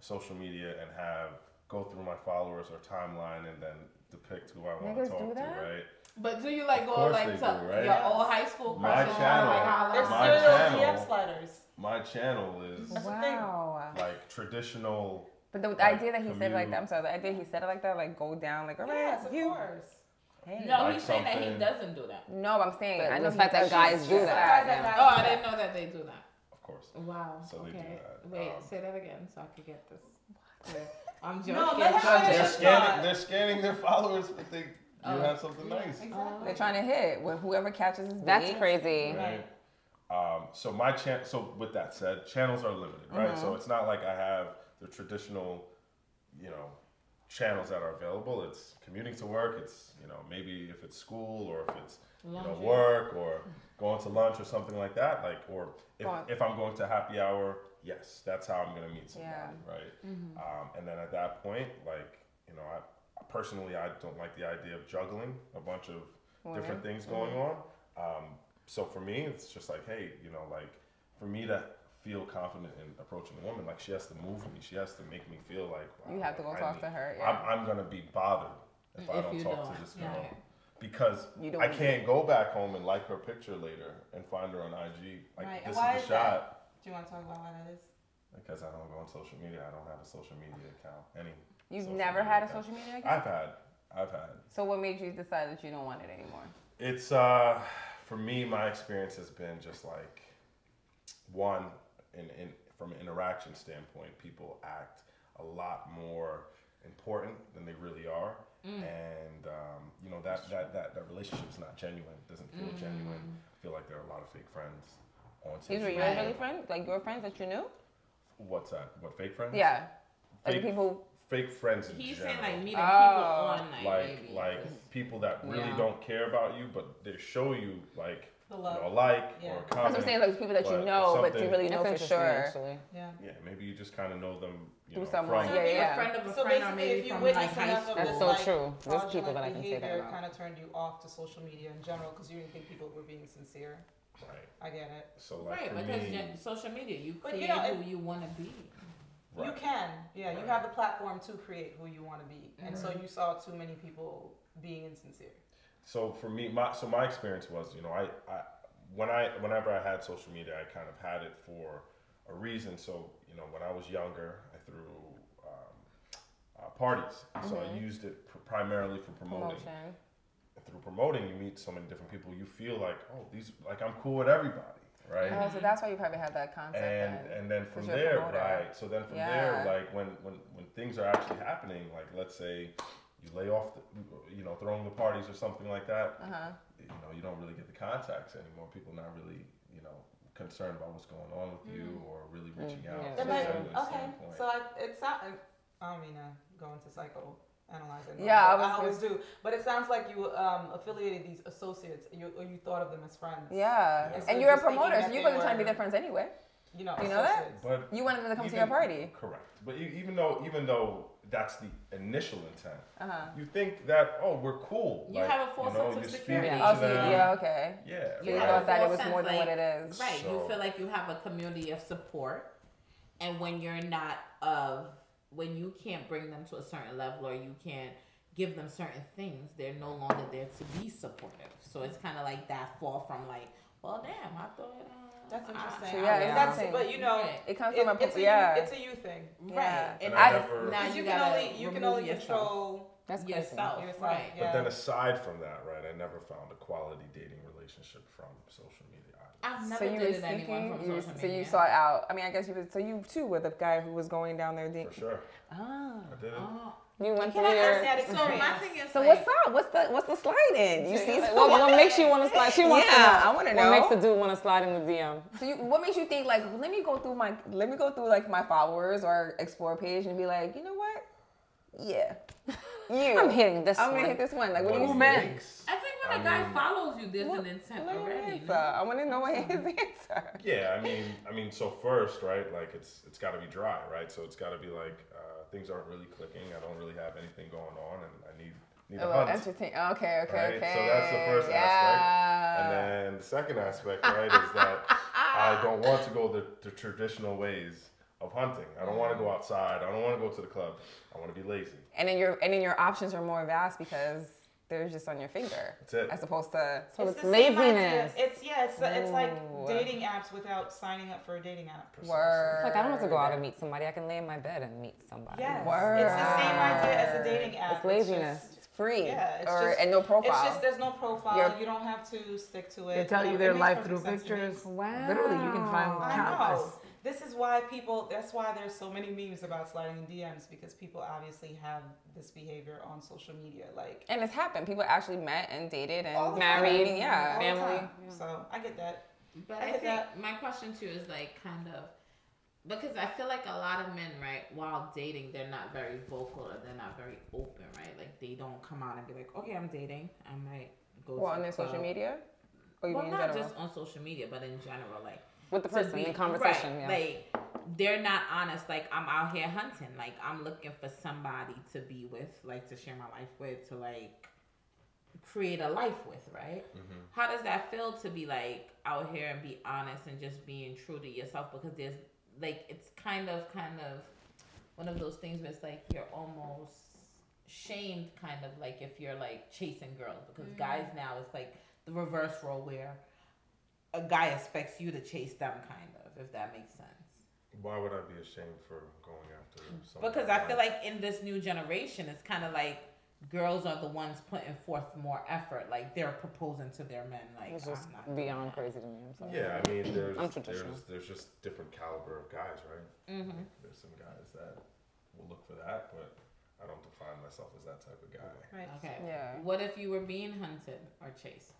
Speaker 6: social media and have go through my followers or timeline and then depict who I want
Speaker 5: Niggas
Speaker 6: to
Speaker 5: do
Speaker 6: talk to,
Speaker 5: that?
Speaker 6: right?
Speaker 4: But do you like
Speaker 6: Of
Speaker 4: go
Speaker 6: course
Speaker 4: like
Speaker 6: they
Speaker 4: to
Speaker 6: do, right?
Speaker 4: your old high school
Speaker 6: My
Speaker 4: crushes?
Speaker 6: channel,
Speaker 4: Like, how
Speaker 1: They're
Speaker 6: my
Speaker 4: long-
Speaker 1: serial
Speaker 6: channel.
Speaker 1: DM sliders.
Speaker 6: my channel is
Speaker 5: Wow.
Speaker 6: like traditional.
Speaker 5: But the, the
Speaker 6: Like,
Speaker 5: idea that he said it like
Speaker 6: commute.
Speaker 5: that, I'm sorry, the idea he said it like that, like go down, like, all right,
Speaker 1: Yes, of
Speaker 5: you.
Speaker 1: course.
Speaker 5: Hey.
Speaker 4: No,
Speaker 6: Like
Speaker 4: he's saying that he
Speaker 6: something-
Speaker 4: doesn't do that.
Speaker 5: No, I'm saying.
Speaker 2: But I know
Speaker 5: when he
Speaker 2: fact that
Speaker 5: does
Speaker 2: guys
Speaker 5: this
Speaker 2: do
Speaker 5: shit-
Speaker 2: that.
Speaker 1: Guys
Speaker 2: now.
Speaker 1: that
Speaker 4: Oh, I
Speaker 1: do
Speaker 4: didn't
Speaker 1: that.
Speaker 4: know that they do that.
Speaker 6: Of course.
Speaker 4: Wow.
Speaker 6: So
Speaker 4: okay.
Speaker 6: they do that,
Speaker 4: Wait,
Speaker 6: um,
Speaker 4: say that again so I could get this. clear. I'm joking.
Speaker 1: No, let her
Speaker 4: Georgia.
Speaker 6: They're
Speaker 1: finish.
Speaker 6: scanning. They're scanning their followers, but they you
Speaker 5: Oh.
Speaker 6: have something nice.
Speaker 1: Exactly.
Speaker 5: They're trying to hit with whoever catches his
Speaker 2: That's
Speaker 5: bait.
Speaker 2: crazy.
Speaker 6: right? Um, so my chan- so with that said, channels are limited, right? So it's not like I have the traditional, you know, channels that are available. It's commuting to work. It's you know maybe if it's school or if it's you know
Speaker 4: Laundry.
Speaker 6: work or going to lunch or something like that. Like or if,
Speaker 5: Or-
Speaker 6: if I'm going to happy hour, yes, that's how I'm gonna meet somebody,
Speaker 5: Yeah.
Speaker 6: right? Um, and then at that point, like you know, I personally I don't like the idea of juggling a bunch of different things going on. Um, so for me, it's just like, hey, you know, like for me to feel confident in approaching a woman, like she has to move me. She has to make me feel like wow,
Speaker 5: You have to go
Speaker 6: I
Speaker 5: talk
Speaker 6: need-
Speaker 5: to her,
Speaker 6: I'm, I'm gonna be bothered if, I
Speaker 4: If
Speaker 6: don't
Speaker 4: you
Speaker 6: talk
Speaker 4: don't,
Speaker 6: to this
Speaker 4: yeah.
Speaker 6: girl because
Speaker 5: You don't
Speaker 6: I
Speaker 5: need
Speaker 6: can't go back home and like her picture later and find her on IG. Like
Speaker 1: Right, and
Speaker 6: this
Speaker 1: why
Speaker 6: is
Speaker 1: is
Speaker 6: the
Speaker 1: that?
Speaker 6: shot.
Speaker 1: Do you want to talk about why that is?
Speaker 6: Because I don't go on social media. I don't have a social media account. Any.
Speaker 5: You've
Speaker 6: social
Speaker 5: never
Speaker 6: media
Speaker 5: had a
Speaker 6: account.
Speaker 5: social media account?
Speaker 6: I've had. I've had.
Speaker 5: So what made you decide that you don't want it anymore?
Speaker 6: It's uh, for me, my experience has been just like one in, in from an interaction standpoint, people act a lot more important than they really are,
Speaker 5: Mm.
Speaker 6: and um, you know that that that that relationship's not genuine. Doesn't feel
Speaker 5: Mm.
Speaker 6: genuine. I feel like there are a lot of fake friends on
Speaker 5: These
Speaker 6: social
Speaker 5: were your
Speaker 6: media.
Speaker 5: really friends? Like your friends that you knew?
Speaker 6: What's that? What fake friends?
Speaker 5: Yeah. Like
Speaker 6: Fake-
Speaker 5: the people
Speaker 6: Fake friends in
Speaker 4: He's
Speaker 6: general.
Speaker 4: saying like meeting people
Speaker 5: Oh.
Speaker 4: online.
Speaker 6: like
Speaker 4: maybe.
Speaker 6: like people that really
Speaker 4: Yeah.
Speaker 6: don't care about you, but they show you like
Speaker 1: The
Speaker 6: you
Speaker 1: love.
Speaker 6: know, a like
Speaker 1: Yeah.
Speaker 6: or a
Speaker 1: That's
Speaker 5: that's
Speaker 6: comment.
Speaker 5: what I'm saying, like people that
Speaker 6: but
Speaker 5: you know but you
Speaker 6: something-
Speaker 5: really know for
Speaker 2: That's interesting,
Speaker 5: sure.
Speaker 2: actually.
Speaker 1: Yeah.
Speaker 6: Yeah, maybe you just kind of know them you
Speaker 5: Through
Speaker 6: know,
Speaker 5: someone,
Speaker 6: from
Speaker 5: yeah,
Speaker 4: If you're
Speaker 5: yeah.
Speaker 4: a friend of a
Speaker 1: So
Speaker 4: friend, or
Speaker 1: basically,
Speaker 4: maybe
Speaker 1: if you
Speaker 4: from
Speaker 1: witness
Speaker 4: like high
Speaker 1: enough
Speaker 4: school.
Speaker 1: of
Speaker 2: That's
Speaker 1: this,
Speaker 2: so
Speaker 1: like,
Speaker 2: true. There's
Speaker 1: fraudulent
Speaker 2: people that I can say that
Speaker 1: behavior
Speaker 2: about.
Speaker 1: kind of turned you off to social media in general because you didn't think people were being sincere.
Speaker 6: Right.
Speaker 1: I get it.
Speaker 6: So like
Speaker 4: Right,
Speaker 6: for
Speaker 4: because
Speaker 6: me,
Speaker 4: gen- social media, you
Speaker 1: But you
Speaker 4: create
Speaker 1: know,
Speaker 4: who you want to be.
Speaker 1: You
Speaker 6: right.
Speaker 1: can, yeah. You
Speaker 6: Right.
Speaker 1: have the platform to create who you want to be, and so you saw too many people being insincere.
Speaker 6: so for me my so my experience was you know I, I when i whenever i had social media i kind of had it for a reason so you know when i was younger i threw um, uh, parties so i used it pr- primarily for
Speaker 5: Mm-hmm.
Speaker 6: promoting
Speaker 5: Promotion.
Speaker 6: And through promoting you meet so many different people you feel like oh these like i'm cool with everybody right
Speaker 5: Oh, so that's why you probably had that concept.
Speaker 6: and
Speaker 5: then.
Speaker 6: and then from
Speaker 5: you're a
Speaker 6: there
Speaker 5: promoter.
Speaker 6: right so then from
Speaker 5: Yeah.
Speaker 6: there like when when when things are actually happening like let's say you lay off the, you know throwing the parties or something like that you know you don't really get the contacts anymore people not really you know concerned about what's going on with you or really reaching out
Speaker 2: Yeah.
Speaker 6: from
Speaker 1: But,
Speaker 6: a genuine
Speaker 1: okay,
Speaker 6: standpoint.
Speaker 1: so I, it's not. I don't mean to go into psycho analyzing.
Speaker 5: Yeah,
Speaker 1: I,
Speaker 5: I was
Speaker 1: always do. But it sounds like you um, affiliated these associates, and you, or you thought of them as friends.
Speaker 5: yeah.
Speaker 6: And
Speaker 1: so
Speaker 5: And you're a
Speaker 1: just thinking
Speaker 5: promoter, so
Speaker 1: that
Speaker 5: you
Speaker 1: they
Speaker 5: wasn't trying to be
Speaker 1: were-
Speaker 5: their friends anyway.
Speaker 1: you know,
Speaker 5: You know that?
Speaker 1: associates.
Speaker 6: but
Speaker 5: You wanted them to come to your
Speaker 6: even-
Speaker 5: party.
Speaker 6: Correct. But e- even though even though that's the initial intent, you think that oh we're cool.
Speaker 4: You have a false sense of
Speaker 6: you're speaking
Speaker 4: security.
Speaker 6: to
Speaker 5: Oh, so you-
Speaker 6: them.
Speaker 5: yeah, okay.
Speaker 6: Yeah,
Speaker 5: You
Speaker 6: right.
Speaker 5: thought that it was
Speaker 4: False
Speaker 5: more than
Speaker 4: sense,
Speaker 5: what it
Speaker 4: like-
Speaker 5: is.
Speaker 4: Right.
Speaker 6: So-
Speaker 4: You feel like you have a community of support, and when you're not of, when you can't bring them to a certain level or you can't give them certain things, they're no longer there to be supportive. So it's kind of like that fall from like, well, damn, I thought. Uh,
Speaker 1: That's
Speaker 4: I-
Speaker 1: interesting.
Speaker 5: So, yeah,
Speaker 1: I-
Speaker 5: it's
Speaker 1: that's-
Speaker 5: nothing.
Speaker 1: but you know,
Speaker 4: Right.
Speaker 5: It comes
Speaker 1: it-
Speaker 5: from a
Speaker 1: it's a
Speaker 5: pro- yeah.
Speaker 1: you, it's a you thing.
Speaker 4: Right.
Speaker 5: Yeah.
Speaker 4: And
Speaker 6: And
Speaker 4: I,
Speaker 6: I never-
Speaker 4: now
Speaker 1: Because
Speaker 4: you,
Speaker 1: you, can
Speaker 4: gotta
Speaker 1: only you can
Speaker 4: remove
Speaker 1: only
Speaker 4: yourself.
Speaker 1: control.
Speaker 2: That's crazy.
Speaker 4: yourself,
Speaker 1: Yourself,
Speaker 4: right?
Speaker 1: yeah.
Speaker 6: But then aside from that, right, I never found a quality dating relationship from social media. either.
Speaker 4: I've never
Speaker 5: So you were
Speaker 4: dated anyone
Speaker 5: seeking,
Speaker 4: from
Speaker 5: you,
Speaker 4: social
Speaker 5: so you
Speaker 4: media.
Speaker 5: sought out. I mean, I guess you. Was, so you too were the guy who was going down there. dating.
Speaker 6: For sure.
Speaker 5: Ah.
Speaker 6: I did it.
Speaker 4: Oh.
Speaker 2: You went
Speaker 1: Can
Speaker 2: through
Speaker 1: I ask
Speaker 2: your.
Speaker 1: that
Speaker 4: So
Speaker 1: experience?
Speaker 4: my thing is,
Speaker 5: So
Speaker 4: like,
Speaker 5: what's up? What's the what's the slide in? You see,
Speaker 2: Like, what, what makes you want to slide? She wants to
Speaker 5: Yeah,
Speaker 2: know.
Speaker 5: I wanna
Speaker 2: What
Speaker 5: know.
Speaker 2: makes a dude want to slide in the DM?
Speaker 5: so you, what makes you think like let me go through my let me go through like my followers or explore page and be like, you know what? Yeah, you.
Speaker 2: I'm hitting this
Speaker 5: I'm gonna
Speaker 2: one.
Speaker 5: hit this one. Like what do
Speaker 6: But
Speaker 5: you
Speaker 6: it
Speaker 5: meant?
Speaker 6: makes-
Speaker 4: I think when a
Speaker 6: I
Speaker 4: guy
Speaker 6: mean-
Speaker 4: follows you, there's an intent already.
Speaker 5: So I want to know what his answer.
Speaker 6: Yeah, I mean, I mean, so first, right? Like, it's it's got to be dry, right? So it's got to be like uh, things aren't really clicking. I don't really have anything going on, and I need need
Speaker 5: Oh,
Speaker 6: a
Speaker 5: well,
Speaker 6: hunt.
Speaker 5: entertain. Okay, okay,
Speaker 6: right?
Speaker 5: okay.
Speaker 6: So that's the first aspect. And then the second
Speaker 5: [LAUGHS]
Speaker 6: aspect, right, is that I don't want to go the, the traditional ways of hunting. I don't want to
Speaker 5: Mm.
Speaker 6: go outside. I don't want to go to the club. I want to be lazy.
Speaker 5: and then your and then your options are more vast because they're just on your finger.
Speaker 6: That's it.
Speaker 5: As opposed to
Speaker 2: So it's,
Speaker 1: the same idea.
Speaker 2: laziness.
Speaker 1: It's yeah, it's it's
Speaker 5: Ooh.
Speaker 1: like dating apps without signing up for a dating app.
Speaker 5: word.
Speaker 2: Like I don't have to go out and meet somebody. I can lay in my bed and meet somebody.
Speaker 1: Yes,
Speaker 5: Word.
Speaker 1: it's the same idea as a dating app.
Speaker 2: It's laziness.
Speaker 1: just-
Speaker 5: It's free.
Speaker 1: yeah, it's
Speaker 5: or
Speaker 1: just,
Speaker 5: and no profile.
Speaker 1: It's just there's no profile.
Speaker 5: You're-
Speaker 1: you don't have to stick to it.
Speaker 3: They tell
Speaker 1: Um,
Speaker 3: you
Speaker 1: it
Speaker 3: their
Speaker 1: makes
Speaker 3: life
Speaker 1: perfect
Speaker 3: through
Speaker 1: sense to me.
Speaker 3: pictures. Literally, you can find
Speaker 2: Wow.
Speaker 1: I
Speaker 3: countless.
Speaker 1: know. This is why people. That's why there's so many memes about sliding in DMs because people obviously have this behavior on social media. Like
Speaker 5: and it's happened. People actually met and dated
Speaker 1: all
Speaker 5: and
Speaker 1: the
Speaker 2: Married,
Speaker 1: time.
Speaker 5: yeah.
Speaker 1: all the
Speaker 2: family,
Speaker 1: time. So I get that.
Speaker 4: But
Speaker 1: I
Speaker 4: I
Speaker 1: get
Speaker 4: think
Speaker 1: that.
Speaker 4: my question too is like kind of because I feel like a lot of men, right, while dating, they're not very vocal or they're not very open, right? Like they don't come out and be like, okay, I'm dating. I might go.
Speaker 5: Well,
Speaker 4: to
Speaker 5: on
Speaker 4: a
Speaker 5: their social
Speaker 4: club."
Speaker 5: media?
Speaker 2: Oh,
Speaker 5: Or you
Speaker 4: Well,
Speaker 5: mean in
Speaker 4: not
Speaker 5: general?
Speaker 4: just on social media, but in general, like
Speaker 2: With the
Speaker 4: to
Speaker 2: person
Speaker 4: be-
Speaker 2: in conversation.
Speaker 4: right,
Speaker 2: Yeah.
Speaker 4: Like they're not honest. Like I'm out here hunting. Like I'm looking for somebody to be with, like to share my life with, to like create a life with, right? How does that feel to be like out here and be honest and just being true to yourself? Because there's like it's kind of kind of one of those things where it's like you're almost shamed kind of like if you're like chasing girls because
Speaker 2: Mm.
Speaker 4: guys now it's like the reverse role where a guy expects you to chase them kind of if that makes sense
Speaker 6: Why would I be ashamed for going after someone?
Speaker 4: because i feel like in this new generation it's kind of like girls are the ones putting forth more effort like they're proposing to their men like
Speaker 2: It's
Speaker 4: I'm
Speaker 2: just
Speaker 4: not doing
Speaker 2: beyond
Speaker 4: that.
Speaker 2: crazy to me. I'm sorry.
Speaker 6: Yeah, I mean, there's
Speaker 2: I'm traditional.
Speaker 6: there's there's just different caliber of guys, right?
Speaker 4: Mhm.
Speaker 6: There's some guys that will look for that, but I don't define myself as that type of guy.
Speaker 1: Right.
Speaker 4: okay
Speaker 5: Yeah.
Speaker 4: what if you were being hunted or chased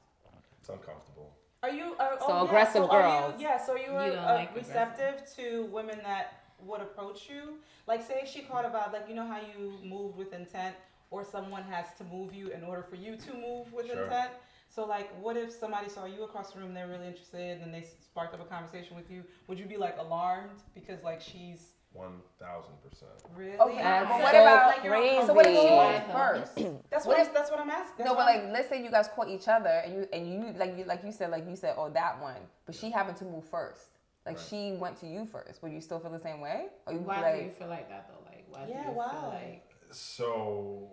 Speaker 6: It's uncomfortable.
Speaker 1: Are you are,
Speaker 2: So
Speaker 1: oh, yeah,
Speaker 2: aggressive
Speaker 1: so are
Speaker 2: girls.
Speaker 1: You, yeah, so you
Speaker 4: You
Speaker 1: were
Speaker 4: don't
Speaker 1: uh,
Speaker 4: like
Speaker 1: receptive to women that would approach you. Like, say if she called about, like, you know how you move with intent, or someone has to move you in order for you to move with
Speaker 6: Sure.
Speaker 1: intent. So, like, what if somebody saw you across the room, they're really interested, and they sparked up a conversation with you? Would you be like alarmed because like she's
Speaker 6: One thousand percent.
Speaker 1: really?
Speaker 5: yeah,
Speaker 2: but
Speaker 1: What
Speaker 2: so
Speaker 1: about like you're
Speaker 2: crazy.
Speaker 5: So what if
Speaker 1: uncomfortable?
Speaker 5: you
Speaker 4: Yeah.
Speaker 5: moved first?
Speaker 1: That's
Speaker 5: what
Speaker 1: what,
Speaker 5: if-
Speaker 1: I'm, that's what I'm asking.
Speaker 5: no,
Speaker 1: That's
Speaker 5: but
Speaker 1: what I'm-
Speaker 5: like let's say you guys caught each other and you and you like you like you said like you said oh that one, but she happened to move first. Like
Speaker 6: Right.
Speaker 5: she went to you first. Would you still feel the same way? Or you would
Speaker 4: why
Speaker 5: be like,
Speaker 4: do you feel like that though like why
Speaker 1: Yeah,
Speaker 4: do you
Speaker 1: why?
Speaker 4: feel like
Speaker 6: So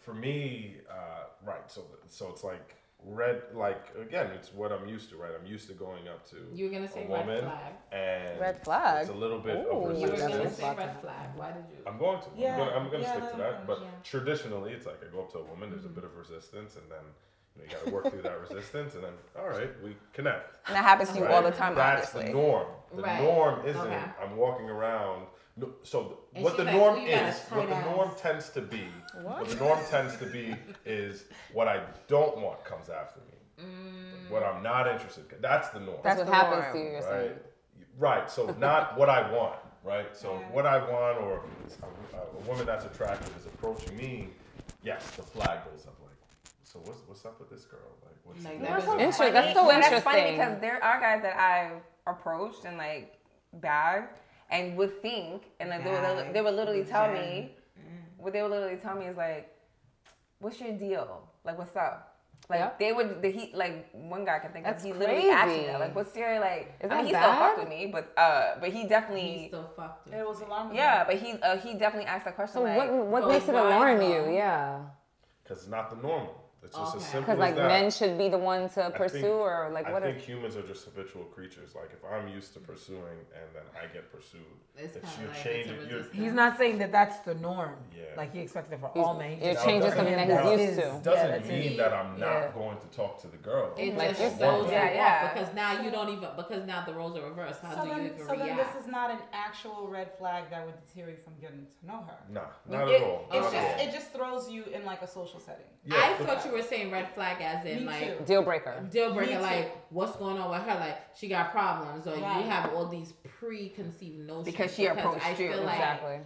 Speaker 6: for me, uh, right? So so it's like red. Like again, it's what I'm used to, right? I'm used to going up to
Speaker 4: you were gonna
Speaker 6: a
Speaker 4: say red
Speaker 6: woman
Speaker 4: flag
Speaker 6: and
Speaker 5: Red flag?
Speaker 6: It's a little bit
Speaker 5: Ooh.
Speaker 6: of
Speaker 4: you were
Speaker 5: Red
Speaker 4: gonna
Speaker 6: resistance.
Speaker 4: say red flag why did you
Speaker 6: I'm going to.
Speaker 1: Yeah,
Speaker 6: I'm gonna, I'm gonna
Speaker 1: yeah,
Speaker 6: stick to
Speaker 1: no,
Speaker 6: that. But
Speaker 4: yeah. Mm-hmm.
Speaker 6: traditionally, it's like I go up to a woman, there's a bit of resistance, and then you, know, you gotta work through that resistance, and then all right, we connect.
Speaker 5: and that happens to you
Speaker 6: right?
Speaker 5: all the time,
Speaker 6: That's the
Speaker 5: obviously.
Speaker 6: norm. The
Speaker 4: Right.
Speaker 6: norm isn't
Speaker 4: Okay.
Speaker 6: I'm walking around. No, so th-
Speaker 4: And
Speaker 6: what
Speaker 4: she's
Speaker 6: the
Speaker 4: like,
Speaker 6: norm
Speaker 4: "Ooh, you got a
Speaker 6: is, what
Speaker 4: tight
Speaker 6: the norm
Speaker 4: ass."
Speaker 6: tends to be, what? the norm tends to be [LAUGHS] is what I don't want comes after me.
Speaker 4: Mm.
Speaker 6: What I'm not interested. in. That's the norm.
Speaker 2: That's,
Speaker 5: That's
Speaker 2: what
Speaker 5: the
Speaker 2: happens
Speaker 5: norm,
Speaker 2: to you. You're saying.
Speaker 6: Right.
Speaker 4: [LAUGHS]
Speaker 6: Right. So not what I want. Right. So
Speaker 1: Right.
Speaker 6: what I want, or a, a woman that's attractive is approaching me. Yes, the flag goes up. Like, so what's what's up with this girl? Like, what's
Speaker 4: Like,
Speaker 6: what's
Speaker 4: that
Speaker 6: up?
Speaker 4: doesn't-
Speaker 2: Inter- that's so
Speaker 5: Well,
Speaker 2: interesting.
Speaker 5: That's funny because there are guys that I've approached and like bagged and would think, and like they would,
Speaker 4: Bagged.
Speaker 5: they would literally tell
Speaker 4: Yeah.
Speaker 5: me, Mm-hmm. what they would literally tell me is like, "What's your deal? Like, what's up?" Like
Speaker 2: Yep.
Speaker 5: they would, the, he like one guy I can think
Speaker 2: That's
Speaker 5: of, he literally asked me
Speaker 2: crazy.
Speaker 5: that, like, "What's your like?" I
Speaker 2: Is
Speaker 5: mean,
Speaker 2: that
Speaker 5: he still
Speaker 2: bad?
Speaker 5: fucked with me, but uh, but he definitely,
Speaker 4: he still fucked with
Speaker 1: it was alarming.
Speaker 5: yeah, but he uh, he definitely asked that question.
Speaker 2: So
Speaker 5: like, "Oh,
Speaker 2: what what
Speaker 4: But
Speaker 2: makes it
Speaker 4: why
Speaker 2: alarm
Speaker 4: though?
Speaker 2: you? Yeah.
Speaker 6: Because it's not the normal. It's just as
Speaker 4: Okay.
Speaker 6: simple
Speaker 2: Because
Speaker 6: as
Speaker 2: like
Speaker 6: that.
Speaker 2: men should be the one to
Speaker 6: I
Speaker 2: pursue
Speaker 6: think-
Speaker 2: or like
Speaker 6: I
Speaker 2: what?
Speaker 6: think
Speaker 2: if-
Speaker 6: humans are just habitual creatures. Like if I'm used to pursuing and then I get pursued,
Speaker 4: It's
Speaker 6: it's
Speaker 4: kinda like
Speaker 6: you're
Speaker 4: it's
Speaker 6: changing.
Speaker 4: a
Speaker 6: You're,
Speaker 4: resistance.
Speaker 3: He's not saying that that's the norm.
Speaker 6: Yeah.
Speaker 3: Like he expects it for
Speaker 2: He's-
Speaker 3: all men.
Speaker 2: you're
Speaker 3: Just-
Speaker 2: changing
Speaker 3: that's
Speaker 2: something that
Speaker 3: his-
Speaker 2: he's
Speaker 3: that's
Speaker 2: used
Speaker 3: his-
Speaker 2: to.
Speaker 6: doesn't
Speaker 3: that's
Speaker 6: mean
Speaker 3: his-
Speaker 6: that I'm
Speaker 3: yeah.
Speaker 6: not going to talk to the girl.
Speaker 4: It
Speaker 2: Like you
Speaker 4: just
Speaker 2: said.
Speaker 4: throws
Speaker 5: Yeah,
Speaker 4: you
Speaker 5: yeah.
Speaker 4: off because now you don't even because now the roles are reversed. How
Speaker 1: So
Speaker 4: do you
Speaker 1: then,
Speaker 4: even
Speaker 1: so then
Speaker 4: react?
Speaker 1: this is not an actual red flag that would deter you from getting to know her.
Speaker 6: Nah, not
Speaker 1: it,
Speaker 6: at all.
Speaker 1: It's
Speaker 6: Not at
Speaker 1: just,
Speaker 6: all.
Speaker 1: it just throws you in like a social setting.
Speaker 6: Yeah,
Speaker 4: I
Speaker 6: but-
Speaker 4: thought you were saying red flag as in
Speaker 1: Me
Speaker 4: like
Speaker 1: too.
Speaker 2: Deal breaker.
Speaker 4: deal
Speaker 1: Me
Speaker 4: breaker,
Speaker 1: too.
Speaker 4: like what's going on with her, like she got problems, or
Speaker 1: Right.
Speaker 4: you have all these preconceived notions
Speaker 5: Because she approached
Speaker 4: I
Speaker 5: you,
Speaker 4: feel like-
Speaker 2: Exactly.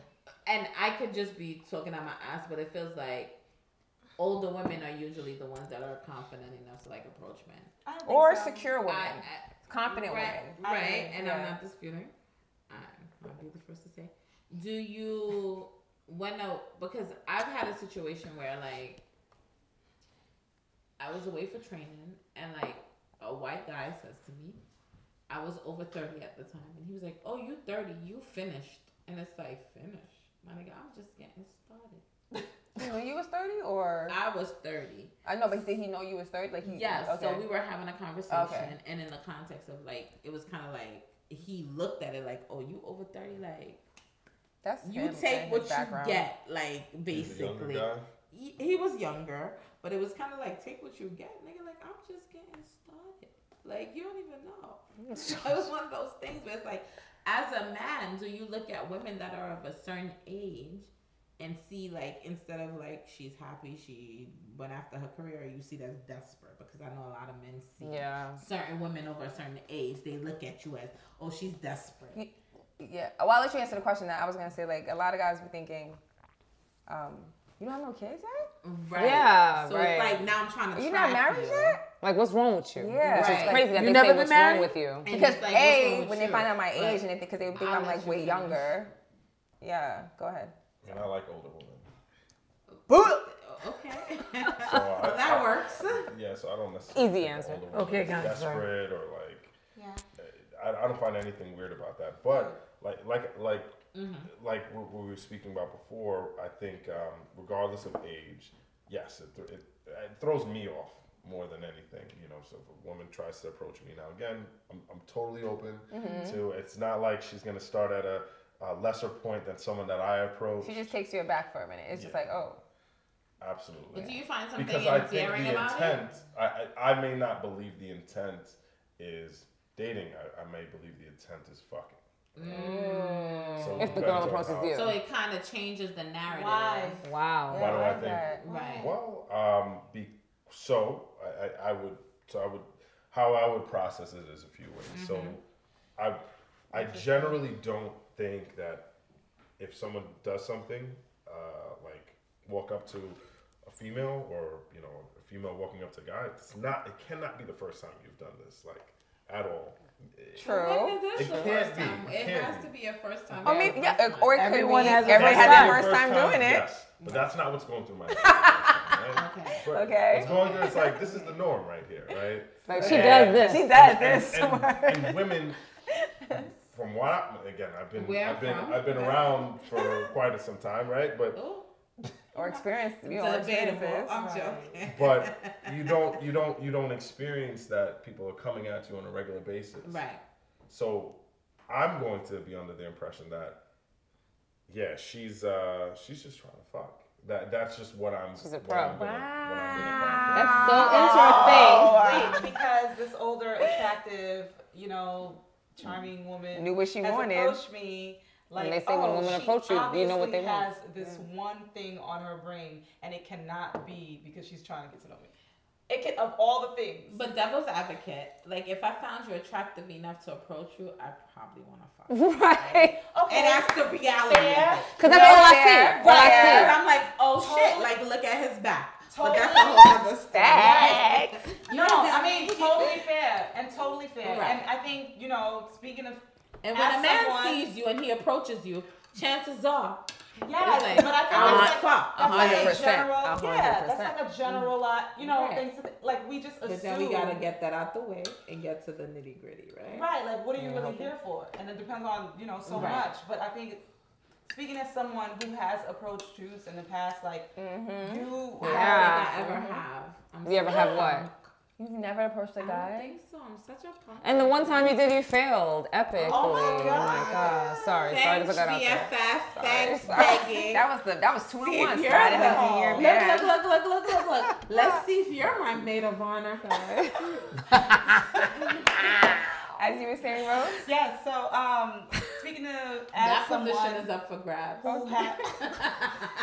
Speaker 4: and I could just be talking out my ass, but it feels like older women are usually the ones that are confident enough to like approach men.
Speaker 1: I don't think
Speaker 5: Or
Speaker 1: so.
Speaker 5: secure women,
Speaker 4: I- I-
Speaker 5: confident
Speaker 4: right,
Speaker 5: women.
Speaker 1: I
Speaker 4: Right,
Speaker 1: mean,
Speaker 4: and I'm
Speaker 5: yeah.
Speaker 4: not disputing. I'm, I'll be the first to say. Do you when no because I've had a situation where like I was away for training and like a white guy says to me, I was over 30 at the time, and he was like, Oh, you 30, you finished. And it's like, finish. My nigga, I'm just getting started.
Speaker 5: When you was thirty, or
Speaker 4: I was 30.
Speaker 5: I know, but did he know you was thirty? Like he?
Speaker 4: Yes.
Speaker 5: Mm, Okay.
Speaker 4: So we were having a conversation,
Speaker 5: Okay.
Speaker 4: and in the context of like, it was kind of like he looked at it like, "Oh, you over 30? Like
Speaker 5: That's
Speaker 4: you
Speaker 5: him
Speaker 4: take
Speaker 5: and
Speaker 4: what
Speaker 5: his
Speaker 4: you get, like
Speaker 6: He's a younger
Speaker 4: basically."
Speaker 6: guy.
Speaker 4: He, he was younger, but it was kind of like, "Take what you get, nigga." Like I'm just getting started. Like you don't even know. it was one of those things where it's like, as a man, do you look at women that are of a certain age and see like instead of like she's happy she went after her career, you see that's desperate because I know a lot of men see
Speaker 2: Yeah.
Speaker 4: certain women over a certain age, they look at you as, oh, she's desperate.
Speaker 5: Yeah. Well, I'll let you answer the question. That I was gonna say, like a lot of guys be thinking, um, you don't have no kids yet?
Speaker 4: Right.
Speaker 2: Yeah,
Speaker 4: So
Speaker 2: right.
Speaker 4: it's like now I'm trying to.
Speaker 5: Mm, You're not
Speaker 4: trap
Speaker 5: married
Speaker 4: you.
Speaker 5: yet?
Speaker 2: Like, what's wrong with you?
Speaker 5: Yeah.
Speaker 2: Which is
Speaker 4: Right.
Speaker 2: crazy that
Speaker 3: You
Speaker 2: they
Speaker 3: never
Speaker 2: say
Speaker 3: been
Speaker 2: what's
Speaker 3: married?"
Speaker 2: wrong with you.
Speaker 4: And
Speaker 5: Because
Speaker 4: it's like, what's wrong
Speaker 5: a
Speaker 4: with
Speaker 5: when they
Speaker 4: you?
Speaker 5: find out my
Speaker 4: Like,
Speaker 5: age and they because they think
Speaker 4: I'll
Speaker 5: I'm
Speaker 4: let
Speaker 5: like
Speaker 4: you
Speaker 5: way
Speaker 4: finish.
Speaker 5: younger. Yeah. Go ahead.
Speaker 6: And I like older
Speaker 4: [LAUGHS]
Speaker 6: women.
Speaker 4: Okay. [LAUGHS]
Speaker 6: So I,
Speaker 4: well, that
Speaker 6: I-
Speaker 4: works.
Speaker 6: Yeah, so I don't necessarily.
Speaker 2: Easy
Speaker 6: think
Speaker 2: answer.
Speaker 6: older women
Speaker 3: Okay,
Speaker 6: is
Speaker 3: guys,
Speaker 6: Desperate or like, uh,
Speaker 1: Yeah.
Speaker 6: I, I don't find anything weird about that. But like, like, like,
Speaker 4: Mm-hmm.
Speaker 6: like what we were speaking about before. I think um, regardless of age, yes, it, th- it, it throws me off more than anything. You know, so if a woman tries to approach me now, again, I'm, I'm totally open to. It's not like she's gonna start at a, a lesser point than someone that I approach.
Speaker 5: She just takes you aback for a minute. It's just
Speaker 6: Yeah.
Speaker 5: like, oh,
Speaker 6: Absolutely.
Speaker 4: But do you find something
Speaker 6: because I think
Speaker 4: endearing
Speaker 6: the
Speaker 4: about
Speaker 6: intent, I, I, I may not believe the intent is dating. I, I may believe the intent is fucking. So
Speaker 2: Mm. If the
Speaker 6: depends
Speaker 2: girl
Speaker 6: on
Speaker 2: approaches
Speaker 6: how-
Speaker 2: you.
Speaker 4: it? So it kind of changes the narrative.
Speaker 1: Why?
Speaker 2: Wow.
Speaker 6: Why do
Speaker 5: why
Speaker 6: I
Speaker 5: is
Speaker 6: think?
Speaker 5: that?
Speaker 4: Right.
Speaker 6: Well, um, be, so I, I, I would, so I would, how I would process it is a few ways. So
Speaker 5: Mm-hmm.
Speaker 6: I, I generally don't think that if someone does something, uh, like walk up to a female or you know a female walking up to a guy, it's not, it cannot be the first time you've done this, like at all.
Speaker 5: True.
Speaker 4: Maybe this
Speaker 6: It
Speaker 4: is the
Speaker 6: can't
Speaker 4: first
Speaker 6: be.
Speaker 4: time.
Speaker 6: It
Speaker 4: It
Speaker 6: can't
Speaker 4: has
Speaker 6: be.
Speaker 4: to be a first time.
Speaker 5: I mean, yeah, or it could
Speaker 3: Everyone
Speaker 5: be
Speaker 3: has a
Speaker 5: everybody
Speaker 3: first
Speaker 5: had
Speaker 3: time.
Speaker 5: their first time doing it.
Speaker 6: Yes, but that's not what's going
Speaker 5: [LAUGHS]
Speaker 6: through my head. right?
Speaker 4: Okay.
Speaker 6: But
Speaker 5: Okay.
Speaker 6: What's going through? It's like this is the norm right here, right?
Speaker 2: Like, she
Speaker 6: And-
Speaker 2: does this.
Speaker 5: She does
Speaker 6: and,
Speaker 5: this. [LAUGHS]
Speaker 6: and, and women from what I, again I've been
Speaker 4: Where
Speaker 6: I've been
Speaker 4: from?
Speaker 6: I've been around for quite some time, right? But
Speaker 4: Ooh,
Speaker 5: or experience, you know,
Speaker 4: debatable.
Speaker 5: experiences.
Speaker 4: I'm joking.
Speaker 6: but you don't you don't you don't experience that people are coming at you on a regular basis.
Speaker 4: Right.
Speaker 6: So I'm going to be under the impression that yeah, she's uh she's just trying to fuck. That that's just what I'm
Speaker 2: She's a
Speaker 6: what
Speaker 2: pro.
Speaker 6: I'm gonna- what I'm gonna find.
Speaker 2: That's so interesting.
Speaker 5: [LAUGHS]
Speaker 1: Wait, because this older, attractive, you know, charming woman
Speaker 5: Knew what she
Speaker 1: has
Speaker 5: wanted.
Speaker 1: approached me. Like,
Speaker 2: And they say when
Speaker 1: oh,
Speaker 2: women
Speaker 1: she
Speaker 2: approach you, you know what they
Speaker 1: obviously
Speaker 2: want. Mm.
Speaker 1: Has this one thing on her brain, and it cannot be because she's trying to get to know me. It can of all the things.
Speaker 4: But devil's advocate, like if I found you attractive enough to approach you, I probably want to
Speaker 5: [LAUGHS]
Speaker 4: fuck.
Speaker 2: Right.
Speaker 1: okay,
Speaker 4: and that's the reality.
Speaker 1: fair.
Speaker 4: Fair.
Speaker 2: Because that's all I
Speaker 5: Fair,
Speaker 2: see. All I see.
Speaker 5: fair.
Speaker 4: I'm like, oh shit,
Speaker 1: Totally.
Speaker 4: like look at his back.
Speaker 1: Totally.
Speaker 4: But that's a whole other story.
Speaker 5: Facts.
Speaker 1: No, I mean totally fair and totally fair.
Speaker 4: Right.
Speaker 1: And I think you know, speaking of
Speaker 4: And when
Speaker 1: As
Speaker 4: a man
Speaker 1: someone-
Speaker 4: sees you and he approaches you, chances are
Speaker 1: yes,
Speaker 4: It's like,
Speaker 1: but I think
Speaker 4: I'm
Speaker 1: that's
Speaker 4: like,
Speaker 1: like,
Speaker 4: fuck,
Speaker 1: that's like a
Speaker 2: 100%,
Speaker 1: general,
Speaker 2: a hundred
Speaker 1: yeah, that's
Speaker 2: percent.
Speaker 1: like a general lot. You know,
Speaker 4: Mm. Right.
Speaker 1: things like we just assume.
Speaker 4: But then we gotta get that out the way and get to the nitty gritty, right?
Speaker 1: Right, like what are you really here for? And it depends on, you know, so
Speaker 4: Right.
Speaker 1: much. But I think speaking as someone who has approached truths in the past, like
Speaker 4: Mm.
Speaker 5: Mm-hmm.
Speaker 1: you
Speaker 4: I
Speaker 1: have
Speaker 4: don't
Speaker 2: Yeah.
Speaker 4: think I ever have. I'm
Speaker 2: You ever
Speaker 4: such a
Speaker 2: have what?
Speaker 4: punk.
Speaker 5: You've never approached a
Speaker 4: I don't
Speaker 5: guy?
Speaker 4: think so. I'm such a punk.
Speaker 2: And the one time you did, you failed epically.
Speaker 1: Oh my God.
Speaker 2: God. Sorry, sorry to
Speaker 4: Thanks,
Speaker 2: put that out there.
Speaker 4: BFF. Thanks, begging.
Speaker 5: that was the that was two in
Speaker 4: See
Speaker 5: one.
Speaker 4: if
Speaker 5: So
Speaker 4: you're
Speaker 5: I didn't have to
Speaker 4: the-
Speaker 5: hear
Speaker 4: look,
Speaker 5: back.
Speaker 4: look, look, look, look, look, look. Let's see if you're my maid of honor. [LAUGHS]
Speaker 5: As you were saying, Rose.
Speaker 1: Yeah, so um speaking of
Speaker 4: That
Speaker 1: as
Speaker 4: position
Speaker 1: someone Oh,
Speaker 4: is up for grabs.
Speaker 1: who has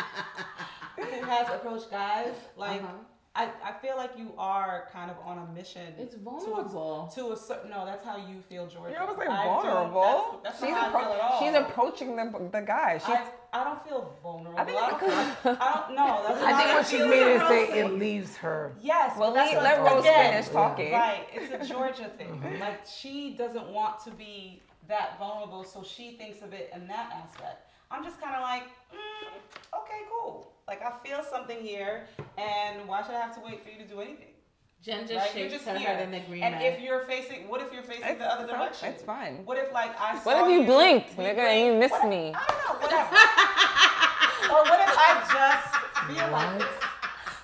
Speaker 1: [LAUGHS] who has approached guys, like
Speaker 4: Uh-huh.
Speaker 1: I, I feel like you are kind of on a mission.
Speaker 4: It's
Speaker 1: to-
Speaker 4: vulnerable.
Speaker 1: To, a certain no, that's how you feel, Jordan.
Speaker 5: You know, I was like
Speaker 1: don't-
Speaker 5: vulnerable.
Speaker 1: that's that's
Speaker 5: she's
Speaker 1: not how I feel at all.
Speaker 5: she's approaching the the guy. She's
Speaker 1: I, I don't feel vulnerable. I,
Speaker 5: I think it's
Speaker 1: don't, feel- I don't know. That's
Speaker 3: [LAUGHS] I think
Speaker 1: not-
Speaker 3: what she means is say it leaves her.
Speaker 1: Yes,
Speaker 5: well,
Speaker 1: but that's
Speaker 5: let,
Speaker 1: what-
Speaker 5: let Rose
Speaker 1: again,
Speaker 5: finish talking.
Speaker 1: Right, it's a Georgia thing. Like she doesn't want to be that vulnerable, so she thinks of it in that aspect. I'm just kind of like, mm, okay, cool. Like I feel something here, and why should I have to wait for you to do anything?
Speaker 4: Jen just
Speaker 1: Right? You're
Speaker 4: shakes
Speaker 1: just
Speaker 4: her
Speaker 1: here.
Speaker 4: head in agreement.
Speaker 1: And if you're facing, what if you're facing
Speaker 5: It's-
Speaker 1: the other
Speaker 5: it's fine.
Speaker 1: direction?
Speaker 5: It's fine.
Speaker 1: What if like I saw
Speaker 2: What if you blinked,
Speaker 1: we
Speaker 2: nigga, and you
Speaker 1: blinked? [LAUGHS]
Speaker 2: missed
Speaker 1: What-
Speaker 2: me?
Speaker 1: I don't know. Whatever. or what if I just feel like
Speaker 3: What?
Speaker 1: this.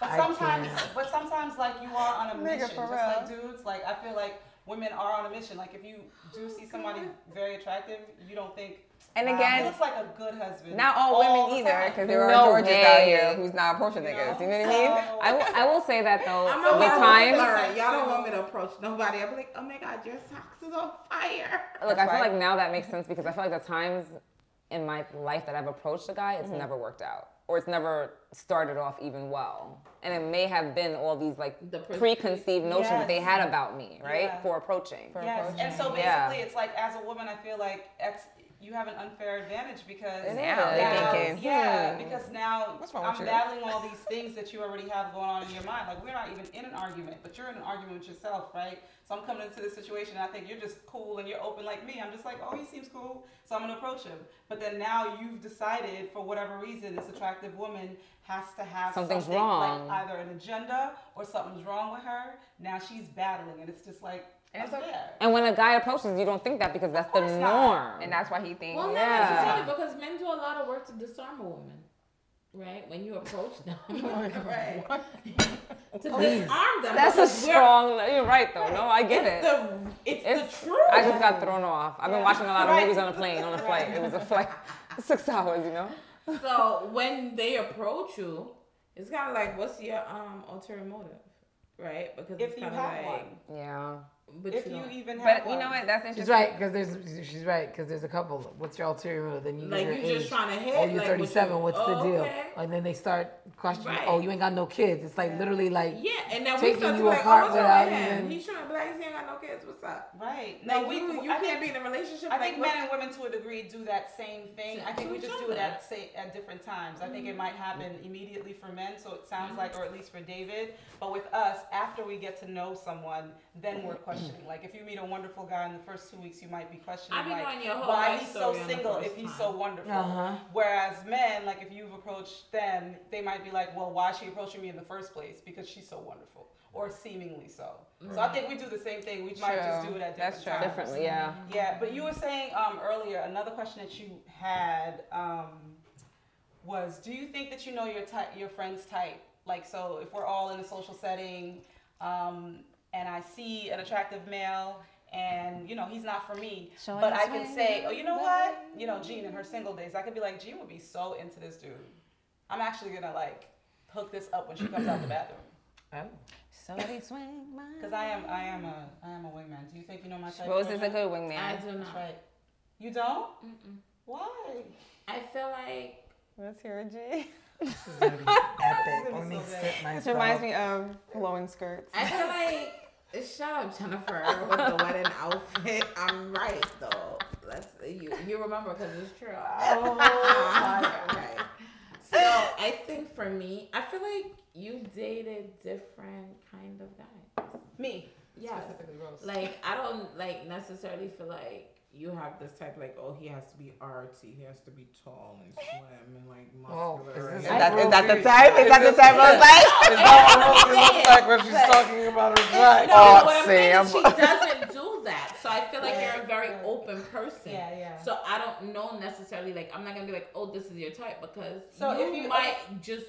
Speaker 1: But
Speaker 3: I
Speaker 1: sometimes,
Speaker 3: can't.
Speaker 1: but sometimes, like you are on a
Speaker 5: Nigga,
Speaker 1: mission, just
Speaker 5: for
Speaker 1: like
Speaker 5: real.
Speaker 1: dudes. Like I feel like women are on a mission. Like if you do see somebody very attractive, you don't think.
Speaker 5: And
Speaker 1: "Wow, he
Speaker 5: again,
Speaker 1: looks like a good husband.
Speaker 5: Not all,
Speaker 1: the
Speaker 5: women either,
Speaker 1: time."
Speaker 5: because there are
Speaker 2: No
Speaker 5: Georges out
Speaker 2: way.
Speaker 5: here who's not approaching niggas. You know what I mean?
Speaker 1: So-
Speaker 2: I will, I will say that though,
Speaker 4: I'm
Speaker 2: with
Speaker 4: not
Speaker 2: time,
Speaker 4: All right, y'all don't want me to approach nobody. i will be like, oh my god, your socks is on fire.
Speaker 2: look, I
Speaker 5: That's
Speaker 2: feel
Speaker 5: why-
Speaker 2: like now that makes sense because I feel like the times in my life that I've approached a guy, it's never worked out or it's never started off even well. And it may have been all these like
Speaker 4: The pre-
Speaker 2: preconceived notions that they
Speaker 1: Yes.
Speaker 2: had about me, right?
Speaker 1: Yeah.
Speaker 2: For approaching.
Speaker 1: Yes, and so basically,
Speaker 2: Yeah.
Speaker 1: it's like as a woman, I feel like ex, you have an unfair advantage because
Speaker 5: And now
Speaker 2: they're
Speaker 1: now-
Speaker 5: thinking,
Speaker 1: yeah,
Speaker 5: hmm,
Speaker 1: because now
Speaker 5: what's wrong with
Speaker 1: I'm
Speaker 5: you?
Speaker 1: battling all these things that you already have going on in your mind. Like we're not even in an argument, but you're in an argument with yourself, right? So I'm coming into this situation, and I think you're just cool and you're open like me. I'm just like, oh, he seems cool, so I'm gonna approach him. But then now you've decided, for whatever reason, this attractive woman has to have
Speaker 2: Something's
Speaker 1: something, like,
Speaker 2: wrong.
Speaker 1: either an agenda or something's wrong with her. Now she's battling, and it's just like.
Speaker 5: it's
Speaker 1: I'm
Speaker 5: okay.
Speaker 1: there.
Speaker 2: And when a guy approaches, you don't think that because that's the
Speaker 1: course not.
Speaker 2: norm.
Speaker 5: And that's why he thinks.
Speaker 4: Well, not
Speaker 2: Yeah.
Speaker 4: necessarily because men do a lot of work to disarm a woman, right? When you approach them,
Speaker 1: [LAUGHS]
Speaker 4: [LAUGHS] right? to
Speaker 1: Oh,
Speaker 4: disarm them.
Speaker 2: That's a
Speaker 4: because we're-
Speaker 2: strong. You're right though. No, I get it.
Speaker 4: The, it's,
Speaker 2: It's-
Speaker 4: the truth.
Speaker 2: I just got thrown off. I've been watching a lot of
Speaker 1: Right.
Speaker 2: movies on a plane, on a flight. It was a flight, [LAUGHS] six hours, you know.
Speaker 4: [LAUGHS] so when they approach you, it's kind of like, what's your um ulterior motive, right? Because
Speaker 1: If
Speaker 4: it's
Speaker 1: you
Speaker 4: kind
Speaker 1: have
Speaker 4: of like,
Speaker 1: one,
Speaker 2: Yeah.
Speaker 4: but
Speaker 1: if
Speaker 4: you,
Speaker 1: you e-,
Speaker 4: don't.
Speaker 1: even have
Speaker 5: But
Speaker 1: one.
Speaker 5: you know what? That's
Speaker 3: She's
Speaker 5: interesting.
Speaker 3: right because there's she's right because there's a couple. What's your ulterior motive? Then you give
Speaker 4: Like,
Speaker 3: your
Speaker 4: you just
Speaker 3: age.
Speaker 4: tryna hit,
Speaker 3: Oh,
Speaker 4: like,
Speaker 3: you're
Speaker 4: what
Speaker 3: 37.
Speaker 4: you-
Speaker 3: what's
Speaker 4: oh,
Speaker 3: the deal?
Speaker 4: okay.
Speaker 3: And then they start questioning.
Speaker 4: Right.
Speaker 3: Oh, you ain't got no kids. It's like literally like
Speaker 4: yeah, and then we
Speaker 3: taking
Speaker 4: start to
Speaker 3: you
Speaker 4: be like,
Speaker 3: apart
Speaker 4: oh, what's
Speaker 3: without
Speaker 4: up with him?
Speaker 3: even-
Speaker 4: He's showing black. He ain't got no kids. What's up?
Speaker 1: Right.
Speaker 4: Like,
Speaker 1: no, we,
Speaker 4: you, you
Speaker 1: I
Speaker 4: can't
Speaker 1: think,
Speaker 4: be in a relationship.
Speaker 1: I
Speaker 4: like,
Speaker 1: think
Speaker 4: what-
Speaker 1: men and women to a degree do that same thing.
Speaker 4: To-
Speaker 1: I think
Speaker 4: to
Speaker 1: we
Speaker 4: each
Speaker 1: just do
Speaker 4: other. Mm-hmm.
Speaker 1: it at say, at different times. I think it might happen immediately for men, so it sounds like, or at least for David. But with us, after we get to know someone, then
Speaker 4: Mm-hmm.
Speaker 1: we're questioning. Like if you meet a wonderful guy in the first two weeks, you might be questioning
Speaker 4: I be knowing
Speaker 1: like
Speaker 4: your whole
Speaker 1: why
Speaker 4: life
Speaker 1: he's so
Speaker 4: story on the
Speaker 1: single if
Speaker 4: first
Speaker 1: he's
Speaker 4: time.
Speaker 1: so wonderful.
Speaker 3: Uh-huh.
Speaker 1: Whereas men, like if you've approached them, they might be like, well, why is she approaching me in the first place? Because she's so wonderful, or seemingly so. So I think we do the same thing. We might just
Speaker 5: True.
Speaker 1: do it at different
Speaker 5: That's true.
Speaker 1: times.
Speaker 2: Differently, yeah.
Speaker 1: Yeah, but you were saying um, earlier another question that you had um, was, do you think that you know your type, your friend's type? Like, so if we're all in a social setting, um, and I see an attractive male, and you know he's not for me,
Speaker 5: Showing
Speaker 1: but
Speaker 5: his
Speaker 1: I can
Speaker 5: way.
Speaker 1: say, oh, you know what? You know, Jean in her single days, I could be like, Jean would be so into this dude. I'm actually gonna like hook this up when she comes
Speaker 5: [CLEARS THROAT]
Speaker 1: out the bathroom.
Speaker 5: Somebody swing my.
Speaker 1: Cause I am, I am a, I am a wingman. Do you think you know my type?
Speaker 5: Rose is a
Speaker 1: Georgia?
Speaker 5: good
Speaker 4: I
Speaker 5: wingman.
Speaker 4: do
Speaker 1: That's
Speaker 4: not.
Speaker 1: right. You don't? Why?
Speaker 4: I feel like
Speaker 5: Let's hear it, G.
Speaker 3: This is gonna be epic.
Speaker 1: This
Speaker 3: Let
Speaker 1: is
Speaker 3: me
Speaker 1: so bad.
Speaker 3: sit
Speaker 5: This
Speaker 3: myself.
Speaker 5: reminds me of flowing skirts.
Speaker 4: I feel like shut up, Jennifer, with the wedding outfit. I'm right though. Let's you you remember because it's true. Oh [LAUGHS] right. So I think for me, I feel like you dated different kind of guys.
Speaker 1: Me.
Speaker 4: Yeah.
Speaker 1: Specifically Rose.
Speaker 4: Like I don't like necessarily feel like you have this type like oh he has to be artsy, he has to be tall and slim and like
Speaker 3: Oh, is
Speaker 4: muscular. and-
Speaker 3: this-
Speaker 5: Is that, is that the
Speaker 3: Rose-
Speaker 5: type? Is that the type I was like?
Speaker 3: Is that what
Speaker 4: I'm
Speaker 3: Rosie looks
Speaker 4: saying.
Speaker 3: like when she's talking about her
Speaker 4: No,
Speaker 3: black?
Speaker 5: Oh,
Speaker 4: but what I'm saying is she doesn't do that. So I feel like you're a very
Speaker 1: Yeah.
Speaker 4: open person.
Speaker 1: Yeah, yeah.
Speaker 4: So I don't know necessarily. Like I'm not gonna be like, oh, this is your type because
Speaker 1: So
Speaker 4: you,
Speaker 1: if you-
Speaker 4: might just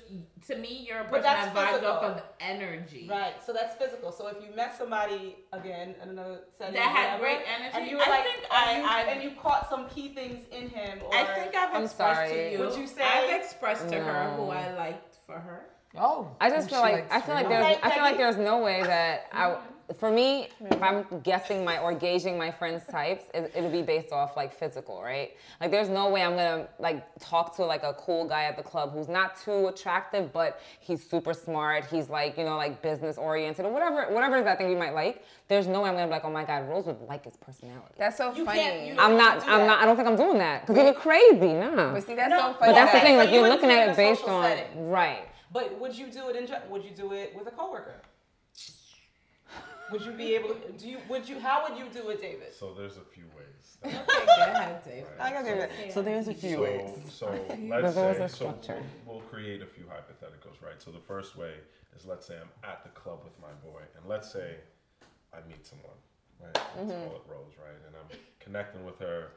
Speaker 4: to me you're a
Speaker 1: But
Speaker 4: person
Speaker 1: that's
Speaker 4: that vibes
Speaker 1: physical.
Speaker 4: off of energy.
Speaker 1: Right, so that's physical. So if you met somebody again in another setting
Speaker 4: That had
Speaker 1: whatever,
Speaker 4: great energy,
Speaker 1: and you were
Speaker 4: I
Speaker 1: like,
Speaker 4: think
Speaker 1: and,
Speaker 4: I-
Speaker 1: you,
Speaker 4: I-
Speaker 1: and you caught some key things in him, or
Speaker 4: I think I've
Speaker 2: I'm
Speaker 4: expressed to
Speaker 2: sorry.
Speaker 4: you.
Speaker 1: Would you say-
Speaker 4: I've expressed to her
Speaker 2: No.
Speaker 4: who I liked for
Speaker 1: [LAUGHS]
Speaker 4: her?
Speaker 3: Oh,
Speaker 2: I just
Speaker 3: she
Speaker 2: feel like
Speaker 3: likes
Speaker 2: I feel like
Speaker 3: you.
Speaker 2: there's
Speaker 1: Like
Speaker 2: I feel
Speaker 1: Peggy?
Speaker 2: like there's no way that I for me if I'm guessing my or gauging my friends' types it, it'll be based off like physical right like there's no way I'm gonna like talk to like a cool guy at the club who's not too attractive but he's super smart he's like you know like business oriented or whatever whatever it is that thing you might like there's no way I'm gonna be like oh my god Rose would like his personality
Speaker 5: That's so
Speaker 1: You
Speaker 5: funny.
Speaker 1: can't- you don't-
Speaker 2: I'm not
Speaker 1: do
Speaker 2: I'm
Speaker 1: that.
Speaker 2: not I don't think I'm doing that because it'd be crazy nah
Speaker 5: but see, that's
Speaker 1: No,
Speaker 5: so funny.
Speaker 2: but that's the
Speaker 5: that-
Speaker 2: thing
Speaker 1: so
Speaker 2: like
Speaker 1: you
Speaker 2: you're
Speaker 1: wouldn't
Speaker 2: looking
Speaker 1: do it
Speaker 2: at
Speaker 1: in
Speaker 2: it
Speaker 1: a
Speaker 2: based
Speaker 1: social
Speaker 2: on
Speaker 1: setting.
Speaker 2: right
Speaker 1: But would you do it in? gen- Would you do it with a coworker? Would you be able to? Do you? Would you? How would you do it, David?
Speaker 6: So there's a few ways.
Speaker 4: Okay, go ahead, Dave.
Speaker 5: I
Speaker 6: Right.
Speaker 5: gotta do that. So there's a few ways.
Speaker 6: So, so let's
Speaker 2: There's always
Speaker 6: say
Speaker 2: a
Speaker 6: so
Speaker 2: structure.
Speaker 6: we'll, we'll create a few hypotheticals, right? So the first way is let's say I'm at the club with my boy, and let's say I meet someone, right? Let's
Speaker 3: Mm-hmm.
Speaker 6: call it Rose, right? And I'm connecting with her,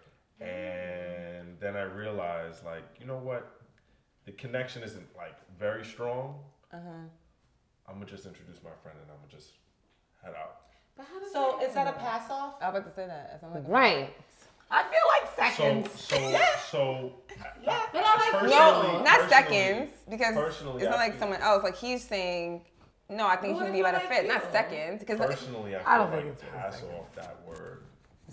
Speaker 6: and then I realize, like, you know what? the connection isn't like very strong,
Speaker 3: Uh-huh.
Speaker 6: I'm gonna just introduce my friend and I'm gonna just head out.
Speaker 4: But how does
Speaker 1: So is that a pass off?
Speaker 5: I was about to say that. It sounds like a-
Speaker 2: Right.
Speaker 3: I feel like
Speaker 6: So
Speaker 3: seconds.
Speaker 6: so
Speaker 3: [LAUGHS]
Speaker 6: so. Yeah,
Speaker 4: But I like
Speaker 5: No,
Speaker 4: Personally-
Speaker 5: not seconds because
Speaker 6: personally,
Speaker 5: it's not
Speaker 6: I
Speaker 5: like
Speaker 6: feel-
Speaker 5: someone else. Like he's saying, no, I think
Speaker 4: What
Speaker 5: he'd
Speaker 4: if
Speaker 5: be better
Speaker 4: I
Speaker 5: fit. Not
Speaker 4: feel?
Speaker 5: seconds because
Speaker 6: Personally, I feel
Speaker 3: I don't
Speaker 6: like
Speaker 3: think it's
Speaker 6: pass off that word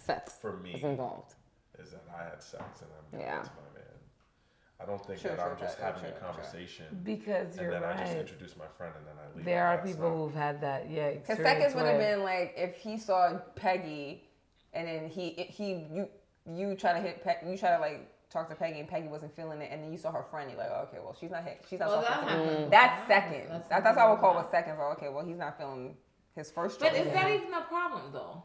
Speaker 2: Sex
Speaker 6: for me
Speaker 2: is involved.
Speaker 6: is that I had sex and I'm married
Speaker 2: Yeah.
Speaker 6: to my man. I don't think
Speaker 5: Sure,
Speaker 6: that
Speaker 5: sure,
Speaker 6: I'm just
Speaker 5: sure,
Speaker 6: having
Speaker 5: sure,
Speaker 6: a
Speaker 5: sure.
Speaker 6: conversation
Speaker 3: because
Speaker 6: and
Speaker 3: you're
Speaker 6: then I just
Speaker 3: right.
Speaker 6: introduce my friend and then I leave.
Speaker 3: There are
Speaker 6: That's
Speaker 3: people
Speaker 6: not-
Speaker 3: who've had that. Yeah.
Speaker 5: Because
Speaker 3: experience
Speaker 5: seconds would have
Speaker 3: [LAUGHS] where-
Speaker 5: been like if he saw Peggy, and then he he you you try to hit Pe- you try to like talk to Peggy and Peggy wasn't feeling it, and then you saw her friend. You're like, oh, okay, well she's not hit, she's not
Speaker 4: Well,
Speaker 5: talking
Speaker 4: that
Speaker 5: to me.
Speaker 4: happened. That
Speaker 5: That's seconds.
Speaker 4: happened.
Speaker 5: That's,
Speaker 4: That's
Speaker 5: that's what I would call
Speaker 4: happened.
Speaker 5: with seconds. Oh, okay, well he's not feeling his first.
Speaker 4: But
Speaker 5: choice.
Speaker 4: is that even a problem though?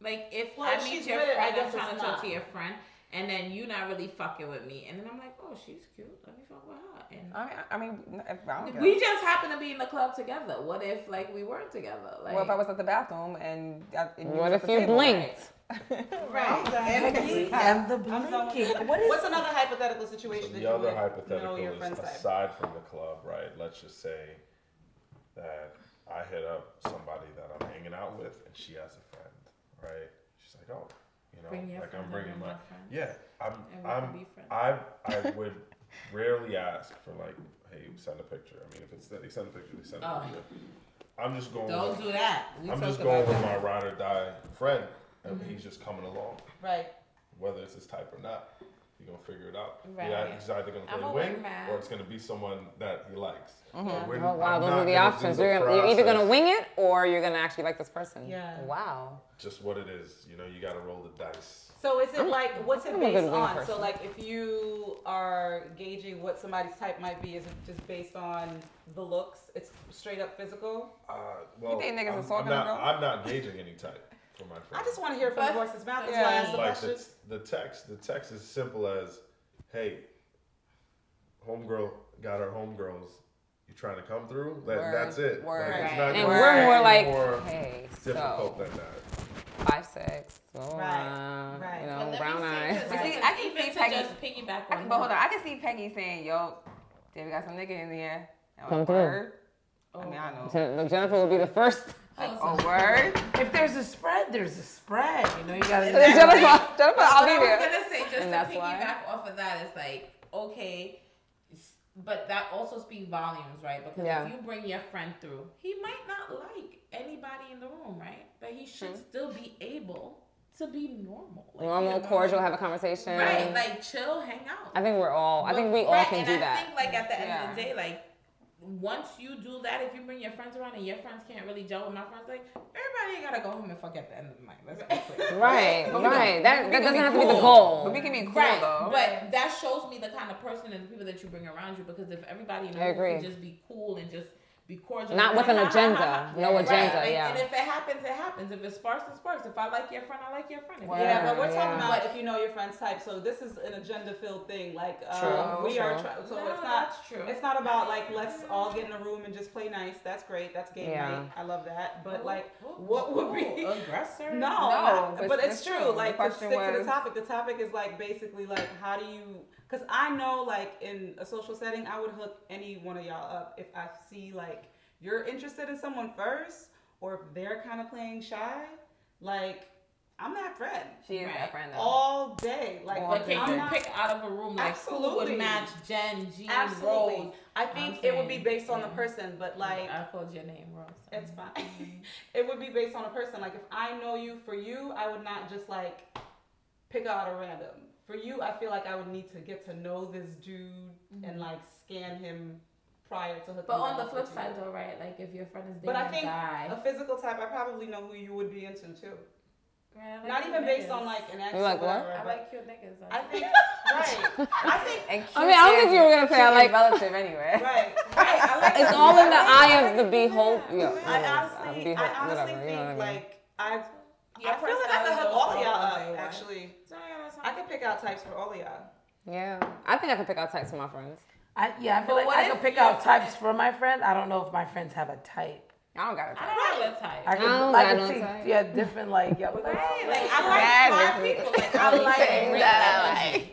Speaker 4: Like if
Speaker 1: Well,
Speaker 4: I
Speaker 1: if
Speaker 4: meet
Speaker 1: she's
Speaker 4: your
Speaker 1: with it, I
Speaker 4: friend, I'm
Speaker 1: guess
Speaker 4: trying to
Speaker 1: it's
Speaker 4: talk to
Speaker 1: not.
Speaker 4: your friend, and then you not really fucking with me, and then I'm like, oh, she's cute. Let me fuck with her. And
Speaker 5: I mean, I, I mean, if, I don't
Speaker 4: we
Speaker 5: care.
Speaker 4: just happen to be in the club together. What if like we weren't together? Like
Speaker 5: Well, if I was at the bathroom and, I, and
Speaker 2: What if
Speaker 5: was at the
Speaker 2: you
Speaker 5: table,
Speaker 2: blinked?
Speaker 4: right.
Speaker 1: And
Speaker 2: [LAUGHS]
Speaker 3: And the
Speaker 1: I'm done with
Speaker 3: blinking.
Speaker 1: that.
Speaker 3: What is
Speaker 1: What's another hypothetical situation
Speaker 6: So
Speaker 1: that
Speaker 6: the
Speaker 1: you
Speaker 6: other
Speaker 1: would
Speaker 6: hypothetical
Speaker 1: know your
Speaker 6: is
Speaker 1: friend's type?
Speaker 6: aside from the club, right? Let's just say that I hit up somebody that I'm hanging out with, and she has a friend, right? She's like, oh, you know,
Speaker 4: Bring your
Speaker 6: like
Speaker 4: friend and
Speaker 6: I'm bringing
Speaker 4: I'm
Speaker 6: my
Speaker 4: your friend.
Speaker 6: yeah, I'm
Speaker 4: And we can
Speaker 6: I'm
Speaker 4: be friends.
Speaker 6: I I would rarely ask for like, hey, send a picture. I mean, if it's that they send a picture, they send a
Speaker 4: Oh.
Speaker 6: picture. I'm just going.
Speaker 4: Don't
Speaker 6: with,
Speaker 4: do that. We
Speaker 6: I'm
Speaker 4: talked
Speaker 6: just going
Speaker 4: about
Speaker 6: with
Speaker 4: that. Mm-hmm.
Speaker 6: my ride or die friend, and he's just coming along
Speaker 1: Right.
Speaker 6: whether it's his type or not. You're gonna figure it out.
Speaker 4: Right.
Speaker 6: Yeah, he's either gonna play
Speaker 4: I'm
Speaker 6: the
Speaker 4: a
Speaker 6: wing
Speaker 4: wingman.
Speaker 6: or it's gonna be someone that he likes.
Speaker 2: Oh wow, those are the options. You're, gonna, you're either gonna wing it or you're gonna actually like this person.
Speaker 1: Yeah.
Speaker 2: Wow.
Speaker 6: Just what it is, you know. You gotta roll the dice.
Speaker 1: So is it like what's
Speaker 2: I'm
Speaker 1: it
Speaker 2: a good
Speaker 1: based
Speaker 2: wing
Speaker 1: on? So
Speaker 2: person.
Speaker 1: like if you are gauging what somebody's type might be, is it just based on the looks? It's straight up physical.
Speaker 6: Uh, well,
Speaker 5: think niggas
Speaker 6: I'm,
Speaker 5: is all
Speaker 6: I'm
Speaker 5: gonna
Speaker 6: not.
Speaker 5: go?
Speaker 6: I'm not gauging any type for my
Speaker 1: I
Speaker 6: friend.
Speaker 1: just want to hear from the
Speaker 4: But-
Speaker 1: horse's mouth. That's
Speaker 4: Yeah.
Speaker 1: why I asked the
Speaker 6: like
Speaker 1: question.
Speaker 6: the, the text. The text is simple as, "Hey, homegirl got her homegirls. You trying to come through? That,
Speaker 5: Word,
Speaker 6: that's it.
Speaker 5: word.
Speaker 6: Like, it's
Speaker 1: Right.
Speaker 6: not
Speaker 2: And
Speaker 6: gonna
Speaker 5: Right.
Speaker 2: we're
Speaker 6: be
Speaker 2: more like,
Speaker 6: more
Speaker 2: hey,
Speaker 6: difficult
Speaker 2: so
Speaker 6: than that.
Speaker 2: five six, oh,
Speaker 1: Right,
Speaker 2: uh,
Speaker 1: right.
Speaker 2: you
Speaker 4: But
Speaker 2: know,
Speaker 4: let
Speaker 2: brown
Speaker 4: me say
Speaker 2: eyes.
Speaker 4: this,
Speaker 5: But see,
Speaker 4: because
Speaker 5: I can
Speaker 4: even
Speaker 5: see
Speaker 4: to
Speaker 5: Peggy-
Speaker 4: just piggyback
Speaker 5: I
Speaker 4: on
Speaker 5: can, but hold on,
Speaker 4: that.
Speaker 5: I can see Peggy saying, "Yo, Dave, we got some nigga in here." I'm
Speaker 2: Come
Speaker 5: like,
Speaker 2: through.
Speaker 5: word. I mean, I know.
Speaker 2: Jen- no, Jennifer will be the first.
Speaker 5: Like, oh, word.
Speaker 3: If there's a spread, there's a spread. You know, you gotta.
Speaker 5: Jennifer, Jennifer, I'll
Speaker 4: But
Speaker 5: be
Speaker 4: I was
Speaker 5: there.
Speaker 4: gonna say just
Speaker 2: And
Speaker 4: to
Speaker 2: that's why-
Speaker 4: piggyback off of that is like okay, s- but that also speaks volumes, right? Because
Speaker 2: Yeah.
Speaker 4: if you bring your friend through, he might not like anybody in the room, right? But he should
Speaker 2: Hmm.
Speaker 4: still be able to be normal, like, you
Speaker 2: Normal,
Speaker 4: know,
Speaker 2: cordial, have a conversation.
Speaker 4: right? Like chill, hang out.
Speaker 2: I think we're all. I think we
Speaker 4: But-
Speaker 2: all
Speaker 4: right,
Speaker 2: can
Speaker 4: and
Speaker 2: do
Speaker 4: I
Speaker 2: that.
Speaker 4: think like at the end of the day, like once you do that, if you bring your friends around and your friends can't really gel with my friends, like everybody gotta go home and fuck at the end of the night. Let's be
Speaker 2: [LAUGHS]
Speaker 4: clear.
Speaker 2: Right,
Speaker 5: But we can-
Speaker 2: right. That that
Speaker 5: we can
Speaker 2: doesn't have to be the
Speaker 5: cool.
Speaker 2: goal.
Speaker 5: But we can be cool
Speaker 4: Right,
Speaker 5: though.
Speaker 4: but that shows me the kind of person and the people that you bring around you. Because if everybody in the
Speaker 2: I
Speaker 4: room can
Speaker 2: agree.
Speaker 4: just be cool and just be cordial,
Speaker 2: Not with an
Speaker 4: Right,
Speaker 2: agenda. No
Speaker 4: right,
Speaker 2: agenda.
Speaker 4: like,
Speaker 2: yeah.
Speaker 4: And if it happens, it happens. If it sparks, it sparks. If I like your friend, I like your friend. If you
Speaker 1: yeah, but we're
Speaker 2: Yeah.
Speaker 1: talking about if you know your friend's type. So this is an agenda-filled thing. Like uh,
Speaker 2: True,
Speaker 1: we are.
Speaker 2: true.
Speaker 1: Try- so
Speaker 4: No,
Speaker 1: it's not.
Speaker 4: that's true.
Speaker 1: It's not about like let's all get in a room and just play nice. That's great. That's game
Speaker 2: Yeah. Oh,
Speaker 1: night. I love that. But like,
Speaker 4: Ooh,
Speaker 1: what would
Speaker 4: ooh,
Speaker 1: be?
Speaker 4: aggressor?
Speaker 1: No,
Speaker 5: No,
Speaker 1: but,
Speaker 5: but
Speaker 1: it's
Speaker 5: that's
Speaker 1: true.
Speaker 5: true. The
Speaker 1: Like to
Speaker 5: question
Speaker 1: stick to the
Speaker 5: was-
Speaker 1: topic. The topic is like basically like how do you? Because I know like in a social setting, I would hook any one of y'all up if I see like you're interested in someone first, or if they're kind of playing shy. Like I'm that friend
Speaker 5: she is
Speaker 4: Right.
Speaker 5: that friend though.
Speaker 1: all day. Like
Speaker 5: All
Speaker 4: But
Speaker 5: day.
Speaker 1: I'm
Speaker 4: can you
Speaker 1: not-
Speaker 4: pick out of a room like who
Speaker 1: Absolutely.
Speaker 4: would match Jen, Jean,
Speaker 1: Absolutely.
Speaker 4: Rose?
Speaker 1: I
Speaker 4: I'm
Speaker 1: think it would be
Speaker 4: saying,
Speaker 1: based on the
Speaker 4: yeah.
Speaker 1: person, but like
Speaker 4: I called your name Rose.
Speaker 1: it's fine. [LAUGHS] it would be based on a person. Like if I know you for you, I would not just like pick out a random. For you, I feel like I would need to get to know this dude and like scan him prior to hooking
Speaker 4: But
Speaker 1: up
Speaker 4: on the
Speaker 1: with
Speaker 4: flip
Speaker 1: you.
Speaker 4: side, though, right? Like if your friend is dating
Speaker 1: But I
Speaker 4: a
Speaker 1: think
Speaker 4: guy,
Speaker 1: a physical type, I probably know who you would be into too.
Speaker 4: right, I like
Speaker 1: Not
Speaker 4: cute
Speaker 1: even based
Speaker 4: niggas.
Speaker 1: on like an ex
Speaker 2: You like
Speaker 1: or
Speaker 2: what?
Speaker 1: whatever,
Speaker 4: I
Speaker 1: but
Speaker 4: like cute niggas.
Speaker 1: I think [LAUGHS] right. I think
Speaker 5: And
Speaker 2: I mean, I don't
Speaker 5: cute
Speaker 2: think you were gonna say I
Speaker 5: is-
Speaker 2: like.
Speaker 5: relative anyway.
Speaker 1: right. Right. I like
Speaker 2: It's
Speaker 1: that.
Speaker 2: all in the
Speaker 1: I
Speaker 2: eye of the behold. Yeah,
Speaker 1: I
Speaker 2: uh,
Speaker 1: honestly,
Speaker 2: behold-
Speaker 1: I honestly
Speaker 2: whatever,
Speaker 1: think
Speaker 2: you know what I mean?
Speaker 1: like I,
Speaker 4: Your
Speaker 1: I feel like I could
Speaker 4: personality
Speaker 1: hook all
Speaker 4: goes
Speaker 1: of y'all
Speaker 4: all the
Speaker 1: up.
Speaker 4: way.
Speaker 1: Actually, I could pick out types for all of y'all.
Speaker 2: yeah, I think I could pick out types for my friends.
Speaker 3: I, yeah, I
Speaker 4: But
Speaker 3: feel like
Speaker 4: what
Speaker 3: I
Speaker 4: if
Speaker 3: could pick
Speaker 4: your
Speaker 3: out types for my friend. I don't know if my friends have a type.
Speaker 5: I don't got a
Speaker 4: I
Speaker 5: type.
Speaker 4: don't have a type.
Speaker 3: I could,
Speaker 2: don't
Speaker 3: I
Speaker 2: got
Speaker 3: could
Speaker 2: no
Speaker 3: see,
Speaker 2: type.
Speaker 3: yeah, different like, yeah, but like,
Speaker 4: Right, like, I like
Speaker 5: Yeah,
Speaker 2: [LAUGHS]
Speaker 4: smart
Speaker 5: different.
Speaker 4: people. Like, I like
Speaker 5: Things
Speaker 4: great
Speaker 5: that I
Speaker 4: energy.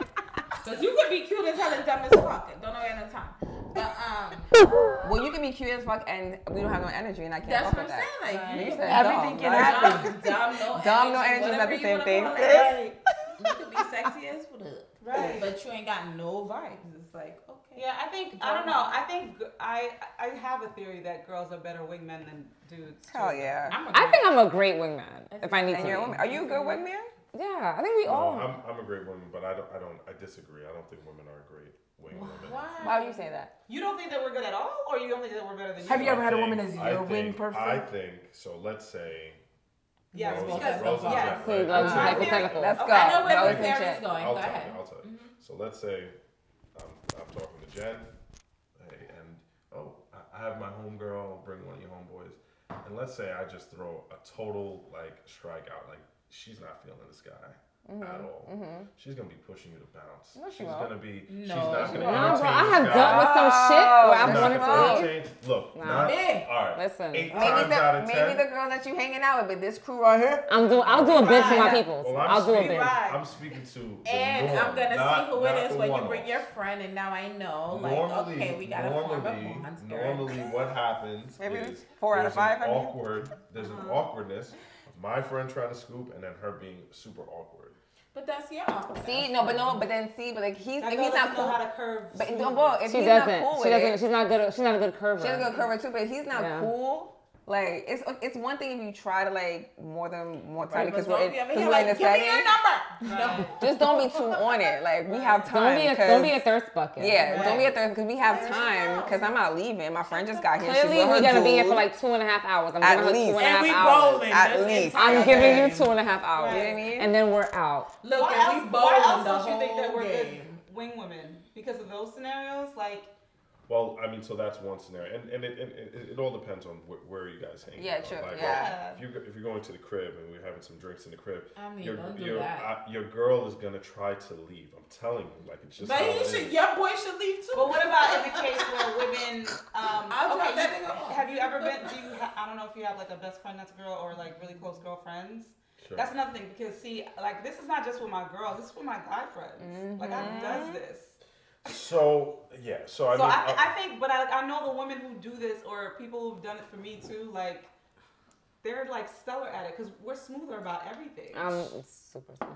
Speaker 4: So Cause you could be cute as hell and dumb as fuck. Don't know at no time. But um,
Speaker 5: Well, you can be cute as fuck, and we don't have no energy, and I can't.
Speaker 4: that's
Speaker 5: fuck
Speaker 4: what I'm
Speaker 5: with that.
Speaker 4: saying. Like you
Speaker 5: You
Speaker 4: could
Speaker 5: said
Speaker 3: Everything
Speaker 5: dumb.
Speaker 3: can
Speaker 5: Like,
Speaker 3: happen.
Speaker 4: dumb, [LAUGHS] dumb, no
Speaker 5: Dumb, no energy is not
Speaker 4: whatever
Speaker 5: the
Speaker 4: you
Speaker 5: same
Speaker 4: wanna
Speaker 5: thing.
Speaker 4: call it. Like, you could be sexy as fuck,
Speaker 1: Right.
Speaker 4: But you ain't got no vibes. It's like okay.
Speaker 1: Yeah, I think I don't know. I think g- I I have a theory that girls are better wingmen than dudes. too.
Speaker 5: Hell yeah.
Speaker 4: I'm a
Speaker 2: I think I'm a great wingman if I need to.
Speaker 5: And you're a
Speaker 2: be.
Speaker 5: woman. Are you a good wingman?
Speaker 2: Yeah, I think we
Speaker 6: No,
Speaker 2: all.
Speaker 6: I'm, I'm a great woman, but I don't, I don't, I disagree. I don't think women are great wing women.
Speaker 5: Why would you say that?
Speaker 1: You don't think that we're good at all, or you don't think that we're better than you?
Speaker 3: Have you
Speaker 6: I
Speaker 3: ever had a
Speaker 6: think-
Speaker 3: woman as
Speaker 6: I
Speaker 3: your wing
Speaker 6: think-
Speaker 3: person?
Speaker 6: I think so. Let's say
Speaker 1: Yes,
Speaker 6: Rose,
Speaker 1: because
Speaker 6: Rose is
Speaker 1: yes.
Speaker 6: right.
Speaker 2: Let's
Speaker 6: Uh,
Speaker 2: do
Speaker 1: I
Speaker 6: I
Speaker 1: think-
Speaker 2: hypothetical.
Speaker 5: Let's
Speaker 1: Okay,
Speaker 5: go.
Speaker 1: I
Speaker 4: know where
Speaker 5: That
Speaker 4: Miss
Speaker 5: was in
Speaker 4: Sarah's
Speaker 5: check.
Speaker 4: going.
Speaker 6: I'll
Speaker 4: Go
Speaker 6: tell you.
Speaker 4: ahead.
Speaker 6: I'll tell
Speaker 2: Mm-hmm.
Speaker 6: you. So let's say I'm, I'm talking to Jen, hey, and oh, I- I have my homegirl. I'll bring one of your homeboys, and let's say I just throw a total like strikeout. Like she's not feeling this guy.
Speaker 2: Mm-hmm.
Speaker 6: At all, she's gonna be pushing you to bounce. she's gonna be. she's not gonna
Speaker 2: No,
Speaker 6: entertain
Speaker 2: bro, I
Speaker 6: this
Speaker 2: have
Speaker 6: guy.
Speaker 2: dealt with some shit where I've
Speaker 5: That's
Speaker 6: Not
Speaker 2: wanted to
Speaker 5: wrong.
Speaker 6: gonna
Speaker 2: leave.
Speaker 6: entertain- Look, not,
Speaker 4: Big.
Speaker 6: all right.
Speaker 2: Listen.
Speaker 6: eight
Speaker 5: Maybe
Speaker 6: times out
Speaker 5: the
Speaker 6: of
Speaker 5: maybe
Speaker 6: ten.
Speaker 5: the girl that you hanging out with, but this crew right here.
Speaker 2: I'm doing. I'll do a bid for my
Speaker 4: Right.
Speaker 2: peoples.
Speaker 6: Well, I'm
Speaker 2: I'll do a
Speaker 6: speaking,
Speaker 2: bid.
Speaker 6: I'm speaking to the
Speaker 4: And
Speaker 6: norm,
Speaker 4: I'm gonna
Speaker 6: not-
Speaker 4: see who it
Speaker 6: not
Speaker 4: is
Speaker 6: the
Speaker 4: when you
Speaker 6: one-offs.
Speaker 4: bring your friend, and now I know. Like,
Speaker 6: normally,
Speaker 4: okay, we gotta form a
Speaker 6: normally,
Speaker 4: bond.
Speaker 6: normally, what happens
Speaker 5: Maybe
Speaker 6: is
Speaker 5: four out of
Speaker 6: there's
Speaker 5: five, I
Speaker 6: An
Speaker 5: mean.
Speaker 6: awkward. There's an
Speaker 4: Uh-huh.
Speaker 6: awkwardness. of My friend trying to scoop, and then her being super awkward.
Speaker 4: But that's yeah.
Speaker 5: See, no, but no, but then see, but like he's
Speaker 1: That
Speaker 5: if
Speaker 1: girl
Speaker 5: he's not
Speaker 1: doesn't know
Speaker 5: cool,
Speaker 1: how to curve.
Speaker 5: but
Speaker 1: smooth.
Speaker 5: no, but if
Speaker 2: She
Speaker 5: he's
Speaker 2: doesn't.
Speaker 5: not cool
Speaker 2: she
Speaker 5: with
Speaker 2: doesn't.
Speaker 5: it,
Speaker 2: She's not good. at- She's not a good curver.
Speaker 5: She has a good curve too, but he's not
Speaker 2: Yeah.
Speaker 5: cool. Like it's it's one thing if you try to like more than more time
Speaker 4: Right,
Speaker 5: because
Speaker 4: but
Speaker 5: we're in,
Speaker 4: don't be over
Speaker 5: because
Speaker 4: here
Speaker 5: we're in
Speaker 4: like,
Speaker 5: this
Speaker 4: give me
Speaker 5: setting.
Speaker 4: your number. No.
Speaker 5: Just don't be too on it. Like we have
Speaker 2: Don't
Speaker 5: time.
Speaker 2: be a
Speaker 5: 'cause-
Speaker 2: don't be a thirst bucket.
Speaker 5: yeah, don't be a
Speaker 1: Right.
Speaker 5: third because we have
Speaker 4: There she
Speaker 5: time.
Speaker 4: go.
Speaker 5: Because I'm not leaving. My friend just got here. She's
Speaker 2: Clearly,
Speaker 5: with
Speaker 2: we're
Speaker 5: her
Speaker 2: gonna be here for
Speaker 5: dude.
Speaker 2: like two and a half hours. I'm
Speaker 5: At
Speaker 2: giving her
Speaker 5: least.
Speaker 2: two and a
Speaker 4: And
Speaker 2: half
Speaker 4: we
Speaker 2: hours.
Speaker 4: bowling.
Speaker 5: At
Speaker 4: That's
Speaker 5: least.
Speaker 4: entire
Speaker 2: I'm giving you
Speaker 4: game.
Speaker 2: two and a half hours,
Speaker 1: You know
Speaker 5: what I mean?
Speaker 2: and then we're out.
Speaker 4: Look,
Speaker 1: Why
Speaker 4: and
Speaker 1: else,
Speaker 4: we
Speaker 1: why
Speaker 4: bowling
Speaker 1: else
Speaker 4: the
Speaker 1: don't you
Speaker 4: whole
Speaker 1: think that we're
Speaker 4: game.
Speaker 1: good wing women? Because of those scenarios, like
Speaker 6: Well, I mean, so that's one scenario, and and it, and it, it all depends on wh- where you guys hang.
Speaker 5: Yeah,
Speaker 6: out.
Speaker 5: true,
Speaker 6: Like,
Speaker 1: yeah.
Speaker 6: If you if you're going to the crib and we're having some drinks in the crib,
Speaker 4: I mean,
Speaker 6: your
Speaker 4: don't do
Speaker 6: your,
Speaker 4: that.
Speaker 6: uh, your girl is gonna try to leave. I'm telling you, like it's just.
Speaker 4: But
Speaker 6: how
Speaker 4: he
Speaker 6: it
Speaker 4: should,
Speaker 6: is.
Speaker 4: your boy should leave too.
Speaker 1: But what about in the case where women? Um,
Speaker 4: I'll drop
Speaker 1: okay,
Speaker 4: that
Speaker 1: you-
Speaker 4: nigga off.
Speaker 1: have you ever been? Do you? Ha- I don't know if you have like a best friend that's a girl or like really close girlfriends.
Speaker 6: Sure.
Speaker 1: That's another thing because see, like this is not just with my girls. This is with my guy friends. Like I
Speaker 5: Mm-hmm.
Speaker 1: does this.
Speaker 6: So yeah, so I
Speaker 1: so
Speaker 6: mean,
Speaker 1: I, th-
Speaker 6: I-
Speaker 1: I think, but I, I know the women who do this or people who've done it for me too. Like they're like stellar at it because we're smoother about everything.
Speaker 2: I'm super smart.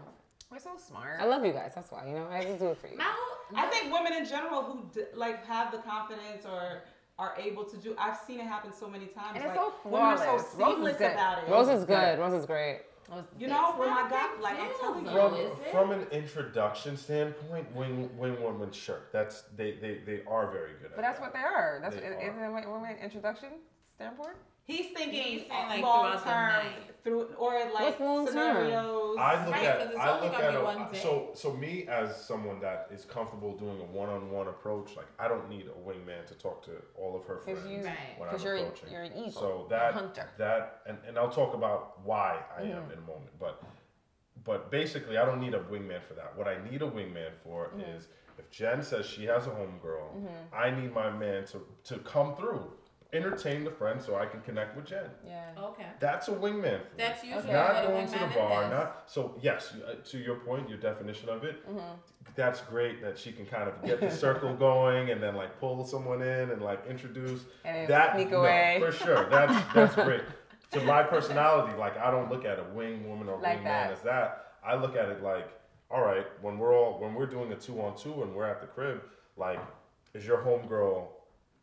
Speaker 5: We're so smart.
Speaker 2: I love you guys. That's why you know I just do it for you.
Speaker 4: Now,
Speaker 5: Mm-hmm.
Speaker 1: I think women in general who d- like have the confidence or are able to do. I've seen it happen so many times.
Speaker 5: And it's
Speaker 1: like,
Speaker 5: so
Speaker 1: Women are
Speaker 5: flawless.
Speaker 1: so
Speaker 5: Rose is
Speaker 1: seamless
Speaker 5: good.
Speaker 1: about it.
Speaker 2: Rose is good. Rose is great.
Speaker 1: you know, when I got like, I'm telling you,
Speaker 6: from,
Speaker 4: Oh, Is it?
Speaker 6: from an introduction standpoint, wing wing women sure that's they they, they are very good.
Speaker 5: But
Speaker 6: at
Speaker 5: that's
Speaker 6: that.
Speaker 5: what they are. That's
Speaker 6: They
Speaker 5: is-
Speaker 6: are.
Speaker 5: isn't it what women introduction standpoint?
Speaker 1: he's thinking
Speaker 4: He's saying, like,
Speaker 1: long
Speaker 4: throughout the
Speaker 1: term
Speaker 4: night.
Speaker 1: through or like
Speaker 2: What's long term?
Speaker 1: scenarios.
Speaker 6: I look
Speaker 4: Right, 'cause
Speaker 6: at
Speaker 4: it's
Speaker 6: I
Speaker 4: only
Speaker 6: look
Speaker 4: gonna
Speaker 6: at
Speaker 4: be
Speaker 6: a,
Speaker 4: one day.
Speaker 6: so so me as someone that is comfortable doing a one on one approach. Like I don't need a wingman to talk to all of her friends
Speaker 5: you-
Speaker 4: Right.
Speaker 6: when
Speaker 5: 'cause
Speaker 6: I'm
Speaker 5: you're-
Speaker 6: approaching.
Speaker 5: you're an eagle,
Speaker 6: So that
Speaker 5: hunter. Mm.
Speaker 6: that and, and I'll talk about why I am in a moment, but but basically I don't need a wingman for that. What I need a wingman for
Speaker 5: Mm-hmm.
Speaker 6: is if Jen says she has a homegirl, I need my man to to come through, entertain the friend so I can connect with Jen.
Speaker 5: Yeah.
Speaker 4: Okay.
Speaker 6: That's a wingman. For
Speaker 4: That's
Speaker 6: me.
Speaker 4: usually what
Speaker 6: not
Speaker 4: a
Speaker 6: going to the
Speaker 4: wingman
Speaker 6: bar.
Speaker 4: is.
Speaker 6: Not so. Yes, you- uh, to your point, your definition of it.
Speaker 5: Mm-hmm.
Speaker 6: That's great that she can kind of get the circle
Speaker 5: [LAUGHS]
Speaker 6: going and then like pull someone in and like introduce.
Speaker 5: And then
Speaker 6: that
Speaker 5: sneak
Speaker 6: no,
Speaker 5: away.
Speaker 6: for sure. That's
Speaker 5: [LAUGHS]
Speaker 6: that's great. to my personality, like I don't look at a wing woman or
Speaker 5: Like
Speaker 6: wing
Speaker 5: that.
Speaker 6: man as that. I look at it like, all right, when we're all when we're doing a two on two and we're at the crib, like, is your homegirl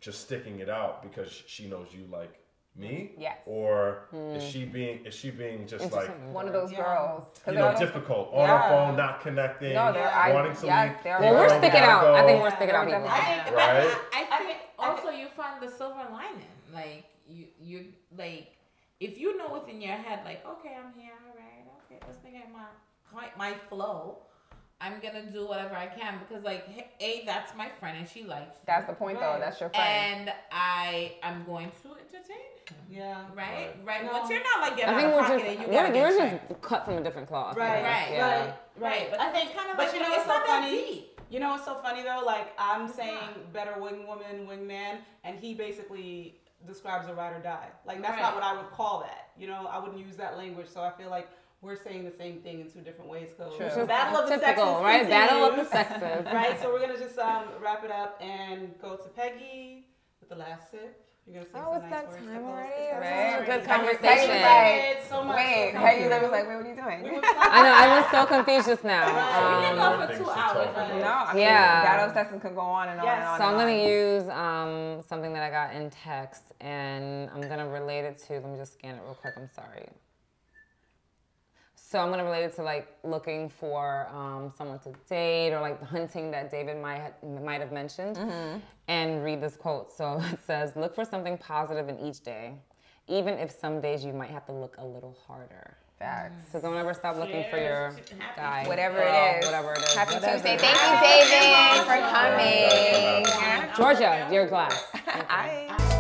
Speaker 6: just sticking it out because she knows you like me?
Speaker 5: Yes. Hmm.
Speaker 6: Or is she being is she being just like
Speaker 5: One of those
Speaker 1: Yeah.
Speaker 5: girls. 'Cause
Speaker 6: you
Speaker 5: they're
Speaker 6: know
Speaker 5: all-
Speaker 6: difficult on
Speaker 5: Yeah.
Speaker 6: her phone, not connecting,
Speaker 5: No, they're- I-
Speaker 6: wanting to
Speaker 5: yes,
Speaker 6: leave?
Speaker 5: they're-
Speaker 6: they
Speaker 2: Well, we're
Speaker 6: don't
Speaker 2: sticking
Speaker 6: wanna
Speaker 2: out. I
Speaker 6: go.
Speaker 2: think we're sticking out. People.
Speaker 5: definitely-
Speaker 4: I think,
Speaker 6: Right?
Speaker 4: I, I, I think
Speaker 1: I
Speaker 4: also you find the silver lining. Like you, you like if you know within your head, like okay, I'm here, all right, okay, let's think at my quite my flow. I'm gonna do whatever I can because like a that's my friend and she likes me.
Speaker 5: That's the point though.
Speaker 1: Right.
Speaker 5: That's your friend.
Speaker 4: and I am going to entertain him.
Speaker 1: yeah.
Speaker 4: Right,
Speaker 6: Right.
Speaker 4: right.
Speaker 1: No.
Speaker 4: Once you're not like
Speaker 2: I
Speaker 4: getting out
Speaker 2: think
Speaker 4: of
Speaker 2: we're
Speaker 4: pocket
Speaker 2: just
Speaker 4: and you
Speaker 2: we're,
Speaker 4: gotta
Speaker 2: we're
Speaker 4: get
Speaker 2: just
Speaker 4: checked.
Speaker 2: cut from a different cloth.
Speaker 1: Right,
Speaker 4: Right,
Speaker 2: Yeah.
Speaker 1: right, right.
Speaker 4: But
Speaker 1: I think,
Speaker 4: kind of
Speaker 1: but
Speaker 4: like,
Speaker 1: you know,
Speaker 4: it's
Speaker 1: it's so
Speaker 4: not that
Speaker 1: funny.
Speaker 4: deep.
Speaker 1: You know, what's so funny though. Like I'm saying,
Speaker 4: not.
Speaker 1: better wing woman, wing man, and he basically describes a ride or die. Like that's
Speaker 4: Right.
Speaker 1: not what I would call that. You know, I wouldn't use that language. So I feel like we're saying the same thing in two different ways. Because
Speaker 6: True.
Speaker 5: Just
Speaker 1: battle of the sexes
Speaker 5: typical, right? Battle of the
Speaker 1: [LAUGHS] continues.
Speaker 5: sexes.
Speaker 1: right? So we're gonna just um, wrap it up and go to Peggy with the last sip. You're gonna say some
Speaker 6: Oh, it's
Speaker 1: nice
Speaker 6: that
Speaker 1: words to
Speaker 6: time
Speaker 1: close
Speaker 6: already,
Speaker 1: this out.
Speaker 6: right?
Speaker 1: Sorry.
Speaker 5: Good
Speaker 1: Peggy
Speaker 5: conversation.
Speaker 1: was like, "Hey, so much.
Speaker 6: Wait,
Speaker 1: so
Speaker 6: how you
Speaker 1: much."
Speaker 6: was like, wait, what are
Speaker 1: We
Speaker 6: you [LAUGHS] doing?
Speaker 1: were
Speaker 5: I know. I was so confused just now.
Speaker 1: Right.
Speaker 7: we
Speaker 5: Um,
Speaker 7: can go for
Speaker 4: Things
Speaker 7: two
Speaker 4: to
Speaker 7: hours.
Speaker 4: talk about.
Speaker 6: No, I mean,
Speaker 5: Yeah.
Speaker 6: battle sessions could go on and on and
Speaker 1: Yes.
Speaker 6: on.
Speaker 5: So I'm
Speaker 6: and on.
Speaker 5: gonna use um, something that I got in text, and I'm gonna relate it to. Let me just scan it real quick. I'm sorry. So I'm gonna relate it to like looking for um, someone to date or like the hunting that David might ha- might have mentioned, and read this quote. So [LAUGHS] it says, "Look for something positive in each day, even if some days you might have to look a little harder."
Speaker 6: Facts.
Speaker 5: So don't ever stop looking for your guy,
Speaker 6: Whatever
Speaker 5: girl,
Speaker 6: it is.
Speaker 5: whatever it is.
Speaker 6: Happy
Speaker 5: whatever.
Speaker 6: Tuesday. Thank you, David, for coming.
Speaker 5: Georgia, your glass.
Speaker 6: Bye.